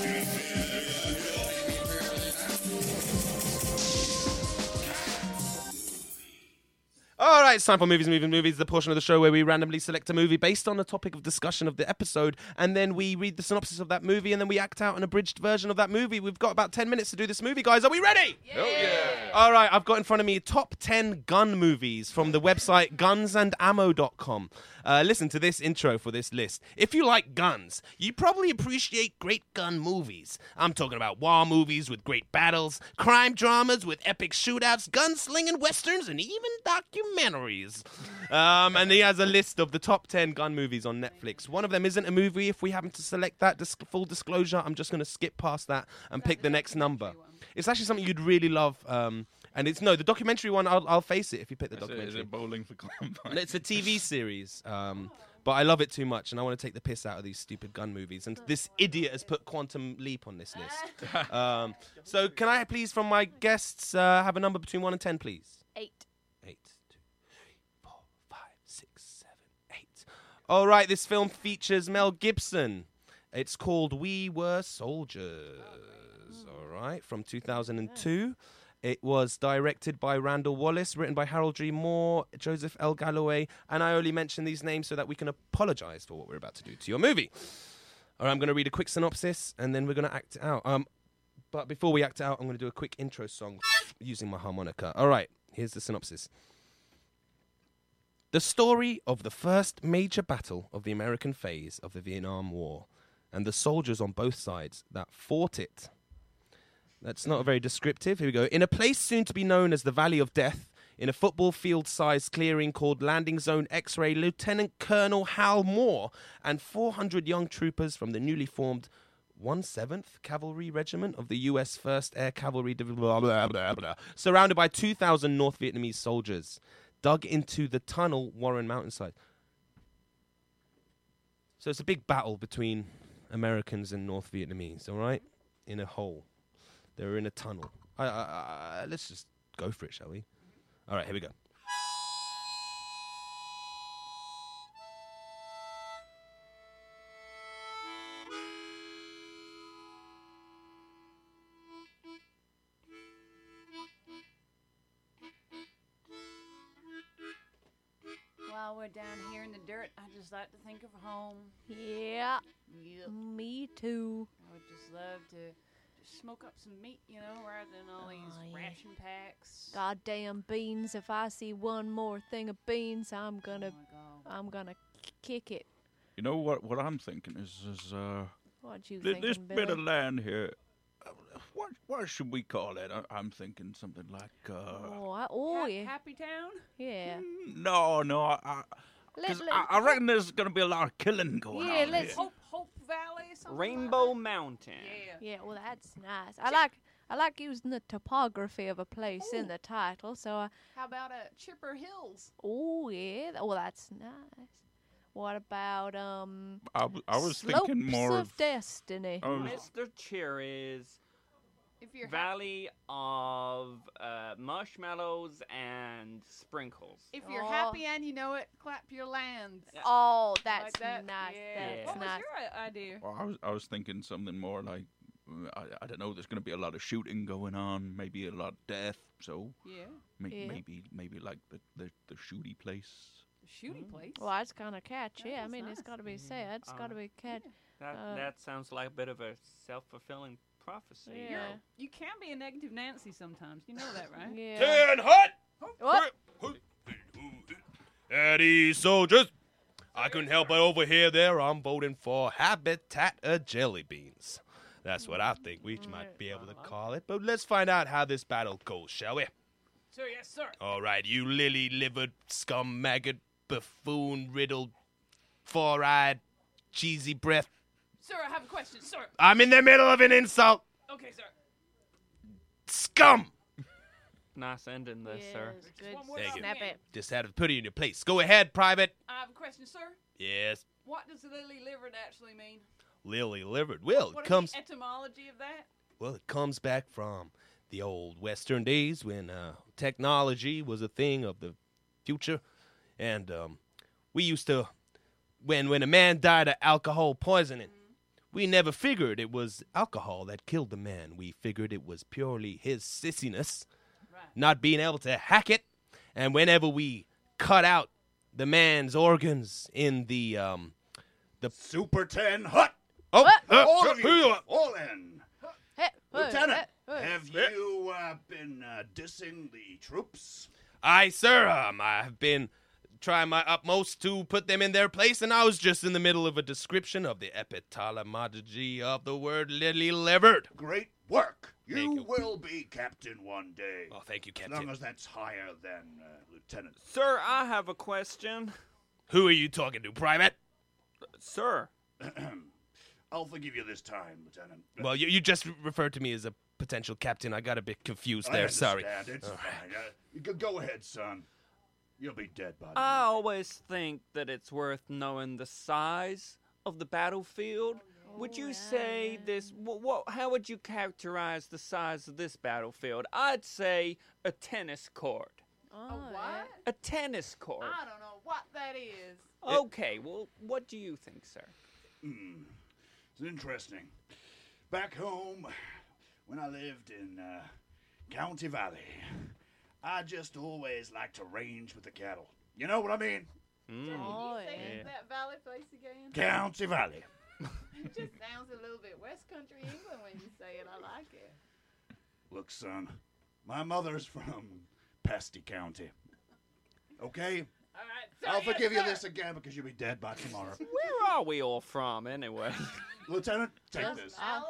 All right, it's time for movies, movies, movies, the portion of the show where we randomly select a movie based on the topic of discussion of the episode, and then we read the synopsis of that movie, and then we act out an abridged version of that movie. We've got about 10 minutes to do this movie, guys. Are we ready? Oh, yeah. All right, I've got in front of me top 10 gun movies from the website gunsandammo.com. Uh, listen to this intro for this list. If you like guns, you probably appreciate great gun movies. I'm talking about war movies with great battles, crime dramas with epic shootouts, gunslinging westerns, and even documentaries. Um, and he has a list of the top 10 gun movies on Netflix. One of them isn't a movie. If we happen to select that, dis- full disclosure, I'm just going to skip past that and pick the next number. It's actually something you'd really love. Um, and it's no, the documentary one, I'll, I'll face it if you pick the Is it- documentary. is it bowling for Columbine? It's a TV series, um, but I love it too much, and I want to take the piss out of these stupid gun movies. And this idiot has put Quantum Leap on this list. um, so, can I please, from my guests, uh, have a number between one and ten, please? Eight. Eight, two, three, four, five, six, seven, eight. All right, this film features Mel Gibson. It's called We Were Soldiers. All right, from 2002. It was directed by Randall Wallace, written by Harold G. Moore, Joseph L. Galloway, and I only mention these names so that we can apologize for what we're about to do to your movie. All right, I'm going to read a quick synopsis and then we're going to act it out. Um, but before we act it out, I'm going to do a quick intro song using my harmonica. All right, here's the synopsis. The story of the first major battle of the American phase of the Vietnam War and the soldiers on both sides that fought it. That's not very descriptive. Here we go. In a place soon to be known as the Valley of Death, in a football field sized clearing called Landing Zone X Ray, Lieutenant Colonel Hal Moore and 400 young troopers from the newly formed 1/7th Cavalry Regiment of the U.S. 1st Air Cavalry Division, blah, blah, blah, blah, surrounded by 2,000 North Vietnamese soldiers, dug into the tunnel Warren Mountainside. So it's a big battle between Americans and North Vietnamese, all right? In a hole. They're in a tunnel. I, I, I, let's just go for it, shall we? All right, here we go. While we're down here in the dirt, I just like to think of home. Yeah. Mm, Yep. Me too. I would just love to just smoke up some meat, you know, rather than all these ration packs. Goddamn beans! If I see one more thing of beans, I'm gonna, Oh I'm gonna kick it. You know what? What I'm thinking is, is uh, What you thi- this thinking, bit of Billy? land here. uh, What what should we call it? I, I'm thinking something like uh, Oh, I, oh yeah. Happy Town. Yeah. no, no. I, I, Mm. 'cause Let- let- I, I reckon there's gonna be a lot of killing going Yeah, on let's- here. Hope Hope Valley. Something Rainbow Mountain. Yeah. Yeah. Well, that's nice. I like. I like using the topography of a place in the title, so I. How about uh, Chipper Hills? Oh yeah, th- well that's nice. What about um? I w- I was thinking Slopes more of, of- destiny. Oh, I was- Mr. Cherries, If you're hap- Valley of uh, Marshmallows and Sprinkles. if you're Oh. happy and you know it, clap your lands. Oh, Something that's like that. nice. Yeah. That's What was nice. your i- idea? Well, I was I was thinking something more like mm, I, I don't know. There's going to be a lot of shooting going on, maybe a lot of death. So Yeah. may- Yeah. maybe maybe like the the, the shooty place. Shooting place. Well, that's kind of catchy. I is mean, it's nice. got to be Mhm. said. It's got to Uh, be catchy. That, Uh, that sounds like a bit of a self fulfilling prophecy. You're- You can be a negative Nancy sometimes. You know that, right? Oh. Yeah. Ten hut! Eddie soldiers. I couldn't help but overhear there. I'm voting for Habitat of Jelly Beans. That's what I think we might be able to call it. But let's find out how this battle goes, shall we? So yes, sir. All right, you lily livered, scum maggot, buffoon riddled, four eyed, cheesy breath. Sir, I have a question. Sir. I'm in the middle of an insult. Okay, sir. Scum! Nice ending there, sir. Just one more Thank you. time. Snap Just had to put it in your place. Go ahead, Private. I have a question, sir. Yes, What does lily livered actually mean? lily livered. Well, what it comes. is the etymology of that? Well, it comes back from the old Western days when uh, technology was a thing of the future, and um, we used to, when when a man died of alcohol poisoning, we never figured it was alcohol that killed the man. We figured it was purely his sissiness, not being able to hack it, and whenever we cut out the man's organs in the um, the Super Ten Hut. Oh, uh, all of you, uh, all in. Lieutenant, have eh. you uh, been uh, dissing the troops? Aye, sir. Um, I have been trying my utmost to put them in their place, and I was just in the middle of a description of the epitalamogy of the word lily livered. Great work. You, will be captain one day. Oh, thank you, As Captain. long as that's higher than uh, lieutenant. Sir, I have a question. Who are you talking to, Private? Sir. I'll forgive you this time, lieutenant. Well, you, you just referred to me as a potential captain. I got a bit confused I there. Sorry. understand. It's All right. fine. Uh, you go- go ahead, son. You'll be dead by now. I always think that it's worth knowing the size of the battlefield. Would you say this? What, what? How would you characterize the size of this battlefield? I'd say a tennis court. a what? A tennis court. I don't know what that is. Okay. Well, what do you think, sir? Hmm. It's interesting. Back home, when I lived in uh, County Valley, I just always liked to range with the cattle. You know what I mean? Hmm. Oh, Can you say that valley place again? County Valley. It just sounds a little bit West Country England when you say it. I like it. Look, son, my mother's from Pasty County. Okay? All right. I'll sir, yes, forgive you sir. this again because you'll be dead by tomorrow. Where are we all from, anyway? Lieutenant, take Just this. I'm-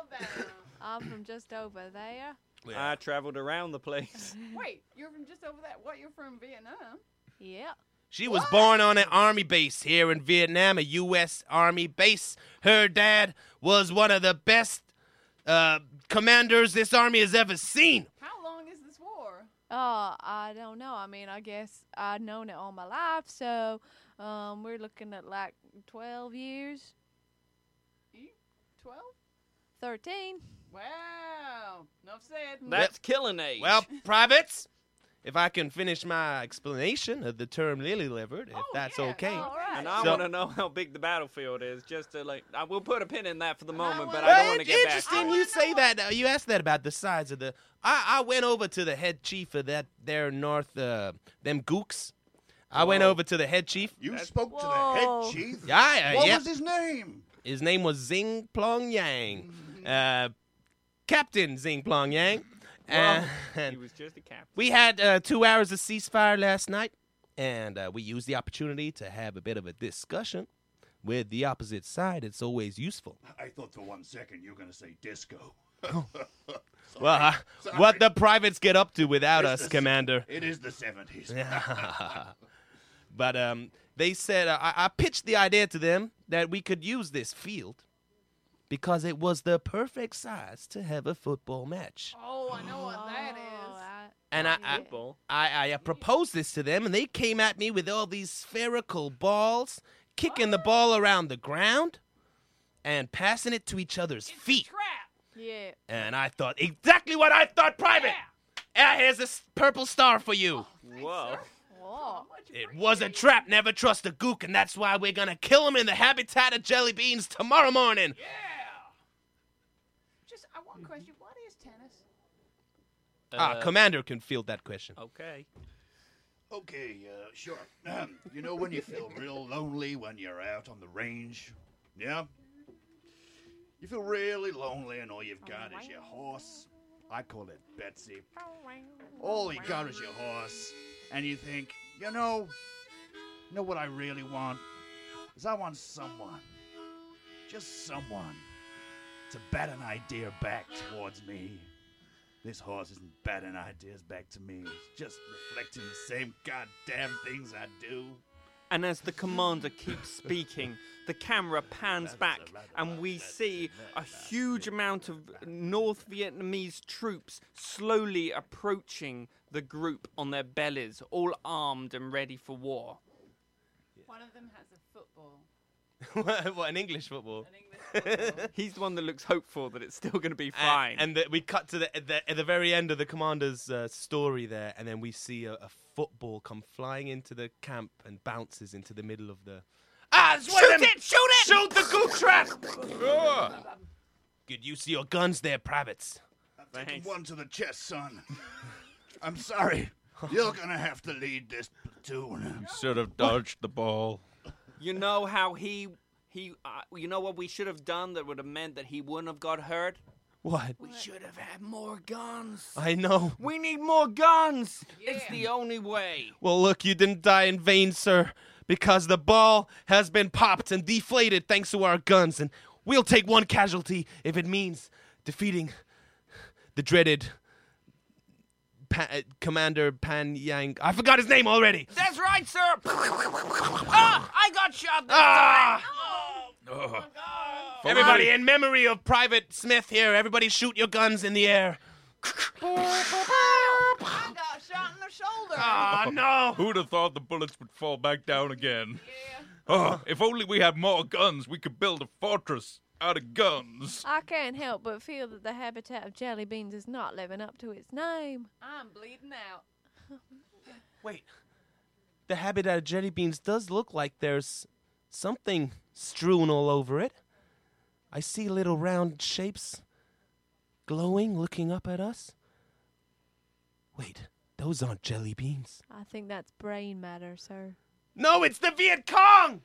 I'm from just over there. I traveled around the place. Wait, you're from just over that. What? You're from Vietnam? Yeah. She was born on an army base here in Vietnam, a U.S. Army base. Her dad was one of the best uh, commanders this army has ever seen. How long is this war? Oh, I don't know. I mean, I guess I've known it all my life, so um, we're looking at like 12 years, Twelve? 13. Wow. Enough said. killing age. Well, privates, if I can finish my explanation of the term lily livered, Oh, if that's okay. And I So- want to know how big the battlefield is, just to like. I will put a pin in that for the moment, but I Well, don't want to it's get back. interesting to it. you say that. Now, you asked that about the size of the. I, I went over to the head chief of that there north uh, them gooks. I went over to the head chief. You spoke to the head chief? Yeah, I- What yeah. was his name? His name was Zing Plong Yang, uh, Captain Zing Plong Yang. Well, And he was just a captain. we had uh, two hours of ceasefire last night, and uh, we used the opportunity to have a bit of a discussion with the opposite side. It's always useful. I thought for one second you were going to say disco. Oh. Well, uh, what the privates get up to without It's us, the- Commander. It is the 70s. but um, they said uh, I, I pitched the idea to them that we could use this field because it was the perfect size to have a football match. Oh, I know what that is. And I, I, I, I proposed this to them, and they came at me with all these spherical balls, kicking the ball around the ground, and passing it to each other's feet. Yeah. And I thought exactly what I thought, Private. Ah, here's a s- purple star for you. Whoa. It was a trap. Never trust a gook, and that's why we're gonna kill him in the habitat of jelly beans tomorrow morning. Just, I one question. What is tennis? ah, Commander can field that question. Okay. Okay, uh, sure. Um, you know when you feel real lonely when you're out on the range? Yeah? You feel really lonely and all you've got is your horse. I call it Betsy. All you got is your horse. And you think, you know, you know what I really want? Is I want someone, just someone, to bat an idea back towards me. This horse isn't batting ideas back to me. It's just reflecting the same goddamn things I do. And as the commander keeps speaking, the camera pans back and we see a huge amount of North Vietnamese troops slowly approaching the group on their bellies, all armed and ready for war. One of them has a football. what, what, an English football? He's the one that looks hopeful that it's still going to be fine. And, the, we cut to the, at the at the very end of the commander's uh, story there, and then we see a, a football come flying into the camp and bounces into the middle of the. Ah, it's one of them! Shoot it! Shoot the gook trap! Ah. Good use of your guns there, privates. Taking one to the chest, son. I'm sorry. You're gonna have to lead this platoon. Should have dodged the ball. You know how he he uh, you know what we should have done that would have meant that he wouldn't have got hurt? What? We should have had more guns. I know. We need more guns. It's the only way. Well, look, you didn't die in vain, sir, because the ball has been popped and deflated thanks to our guns, and we'll take one casualty if it means defeating the dreaded pa- uh, Commander Pan Yang. I forgot his name already! That's right, sir. ah, I got shot this Ah! time. Oh, my God. Everybody, in memory of Private Smith here, everybody shoot your guns in the air. I got shot in the shoulder. Ah, no! Who'd have thought the bullets would fall back down again? Oh, if only we had more guns, we could build a fortress out of guns. I can't help but feel that the habitat of jelly beans is not living up to its name. I'm bleeding out. Wait. The habitat of jelly beans does look like there's something strewn all over it. I see little round shapes glowing, looking up at us. Wait, those aren't jelly beans. I think that's brain matter, sir. No, it's the Viet Cong!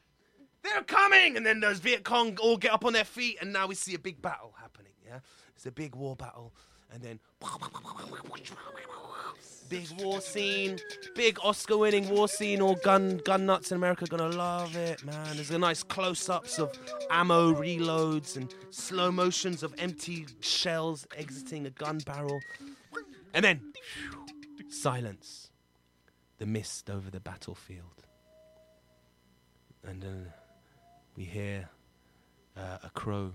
They're coming! And then those Viet Cong all get up on their feet, and now we see a big battle happening, yeah? It's a big war battle, and then. Big war scene, big Oscar-winning war scene. All gun gun nuts in America gonna love it, man. There's a nice close-ups of ammo reloads and slow motions of empty shells exiting a gun barrel, and then silence, the mist over the battlefield, and uh, we hear uh, a crow.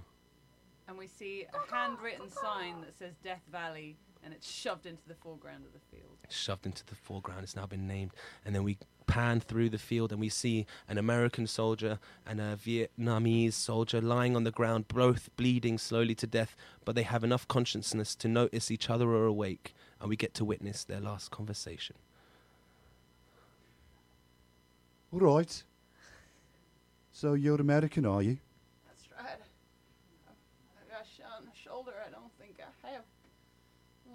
And we see a handwritten sign that says Death Valley, and it's shoved into the foreground of the field. shoved into the foreground. It's now been named. And then we pan through the field and we see an American soldier and a Vietnamese soldier lying on the ground, both bleeding slowly to death, but they have enough consciousness to notice each other are awake, and we get to witness their last conversation. All right. So you're American, are you? That's right. I got shot in the shoulder. I don't think I have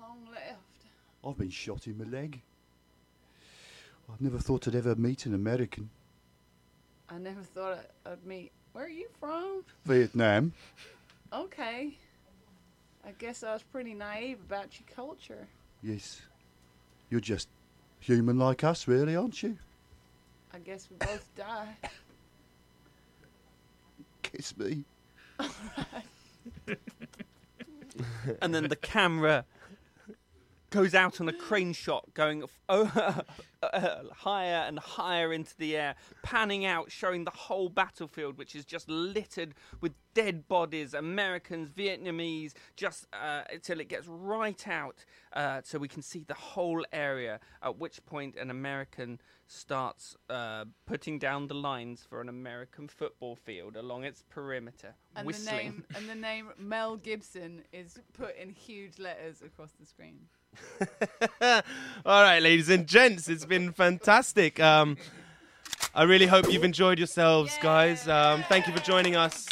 long left. I've been shot in my leg. I've never thought I'd ever meet an American. I never thought I- I'd meet. Where are you from? Vietnam. Okay. I guess I was pretty naive about your culture. Yes. You're just human like us, really, aren't you? I guess we both die. Kiss me. and then the camera goes out on a crane shot going f- o- uh, higher and higher into the air, panning out, showing the whole battlefield, which is just littered with dead bodies, Americans, Vietnamese, just uh, until it gets right out, uh, so we can see the whole area. At which point, an American starts uh, putting down the lines for an American football field along its perimeter, And whistling. the name and the name Mel Gibson is put in huge letters across the screen. All right, ladies and gents, it's been fantastic. Um, I really hope you've enjoyed yourselves, guys. Um, thank you for joining us.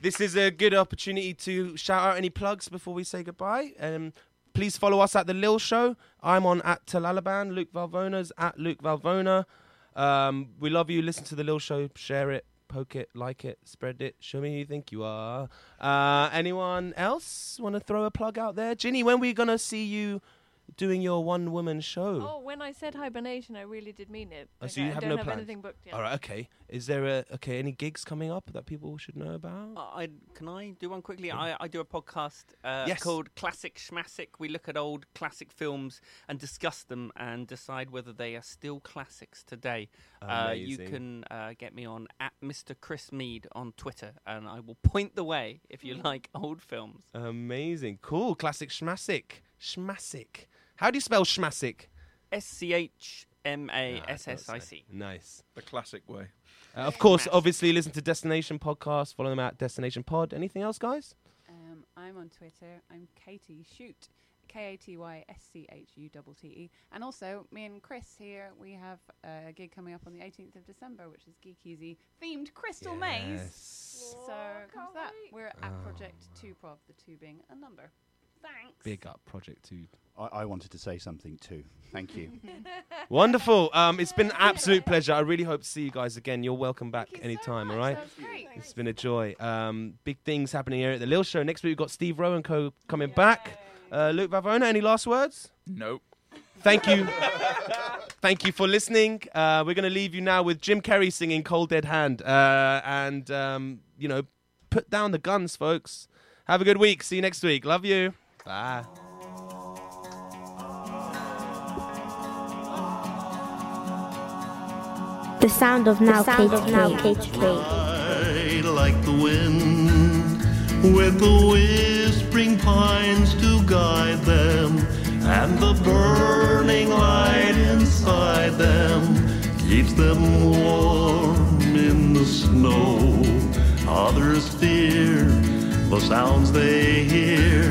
This is a good opportunity to shout out any plugs before we say goodbye. Um, please follow us at The Lil Show. I'm on at Talalaban. Luke Valvona's at Luke Valvona. Um, we love you. Listen to The Lil Show. Share it, poke it, like it, spread it. Show me who you think you are. Uh, anyone else want to throw a plug out there? Ginny, when we going to see you doing your one woman show? Oh, when I said hibernation, I really did mean it. Oh, so Okay, you have I don't no have plans. anything booked yet. All right. Okay. Is there a okay any gigs coming up that people should know about? I can I do one quickly. I, I do a podcast uh, Yes. called Classic Schmassic. We look at old classic films and discuss them and decide whether they are still classics today. Uh, you Amazing. can uh, get me on at Mr. Chris Mead on Twitter, and I will point the way if Hmm. you like old films. Amazing. Cool. Classic schmassic. Schmassic. How do you spell schmassic? S C H M A S S I C. Nice. The classic way. Uh, of course, obviously, listen to Destination Podcast. Follow them at Destination Pod. Anything else, guys? Um, I'm on Twitter. I'm Katie Shoot, K A T Y S C H U T T E. And also, me and Chris here, we have uh, a gig coming up on the 18th of December, which is Geek Easy themed Crystal Maze. So, comes that. We're Ah. at Project 2 Prov, the 2 being a number. Thanks. Big up Project Two. I, I wanted to say something too. Thank you. Wonderful. Um, it's been an absolute pleasure. I really hope to see you guys again. You're welcome back anytime, all right? It's been a joy. Um, big things happening here at the Lil Show. Next week, we've got Steve Rowe and Co. coming back. Uh, Luke Vavona, any last words? Nope. Thank you. Thank you for listening. Uh, we're going to leave you now with Jim Carrey singing Cold Dead Hand. Uh, and, um, you know, put down the guns, folks. Have a good week. See you next week. Love you. Bye. The sound of now cage free. Ride like the wind, with the whispering pines to guide them, and the burning light inside them keeps them warm in the snow. Others fear the sounds they hear,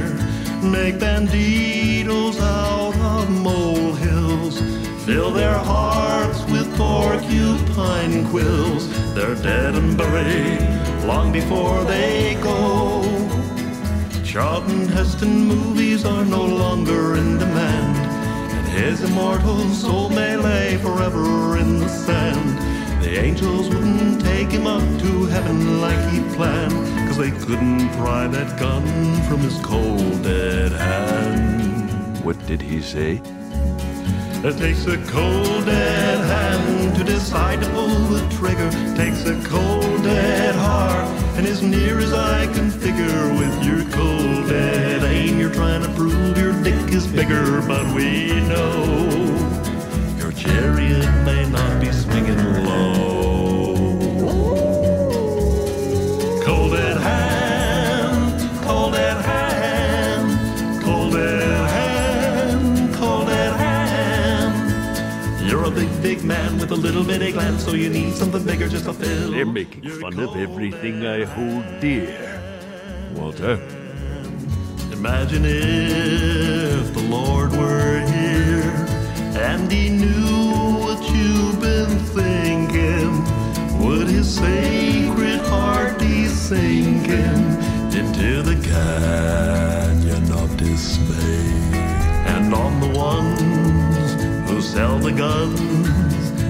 make banditos out of molehills, fill their hearts with porcupine quills. They're dead and buried long before they go. Charlton Heston movies are no longer in demand, and his immortal soul may lay forever in the sand. The angels wouldn't take him up to heaven like he planned, 'cause they couldn't pry that gun from his cold dead hand. What did he say? It takes a cold dead hand to decide to pull the trigger. Takes a cold dead heart, and as near as I can figure, with your cold dead aim, you're trying to prove your dick is bigger. But we know your chariot may not be swinging low. Cold dead hand, cold dead hand, cold dead hand, cold dead hand. You're a big, big man with a little bitty gland, so you need something bigger just to fill. They're making fun of everything I hold dear. Walter. Imagine if the Lord were here and he knew what you've been thinking. Would his sacred heart be sinking into the canyon of dismay? And on the ones who sell the guns,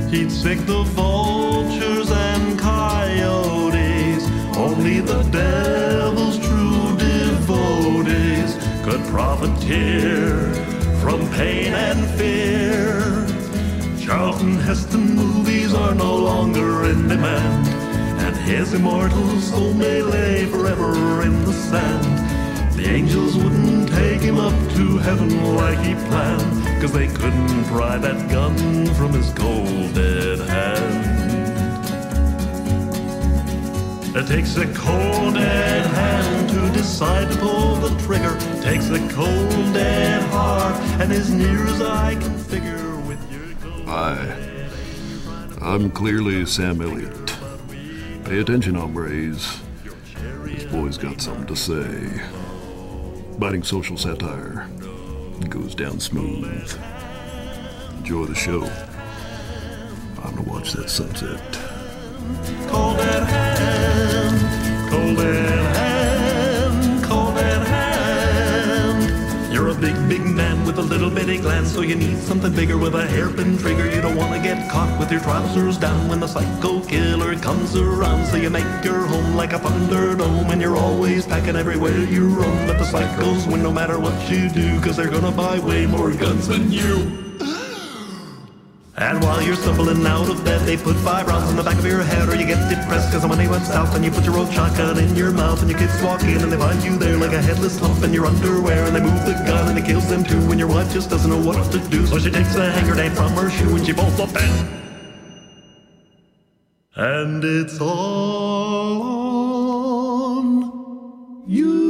he'd sick the vultures and coyotes. Only the devil's true devotees could profiteer from pain and fear. Charlton Heston movies are no longer in demand, and his immortal soul may lay forever in the sand. The angels wouldn't take him up to heaven like he planned, cause they couldn't pry that gun from his cold dead hand. It takes a cold dead hand to decide to pull the trigger, takes a cold dead heart, and as near as I can figure with your Hi. I'm clearly Sam Elliott. Pay attention, hombres. This boy's got something to say. Biting social satire. It goes down smooth. Enjoy the show. I'm gonna watch that sunset. cold dead hand, cold dead hand, cold dead hand. You're a big, big man with a little bitty gland, so you need something bigger with a hairpin trigger. You don't wanna get caught with your trousers down when the psycho killer comes around. So you make your home like a thunderdome, and you're always packing everywhere you roam. But the psychos win no matter what you do, cause they're gonna buy way more guns than you. And while you're stumbling out of bed, they put five rounds in the back of your head, or you get depressed because the money went south, and you put your old shotgun in your mouth, and your kids walk in, and they find you there like a headless lump in your underwear, and they move the gun, and it kills them too, and your wife just doesn't know what to do, so she takes a hand grenade from her shoe, and she falls off bed. And it's all on you.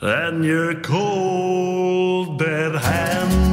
And your cold dead hand.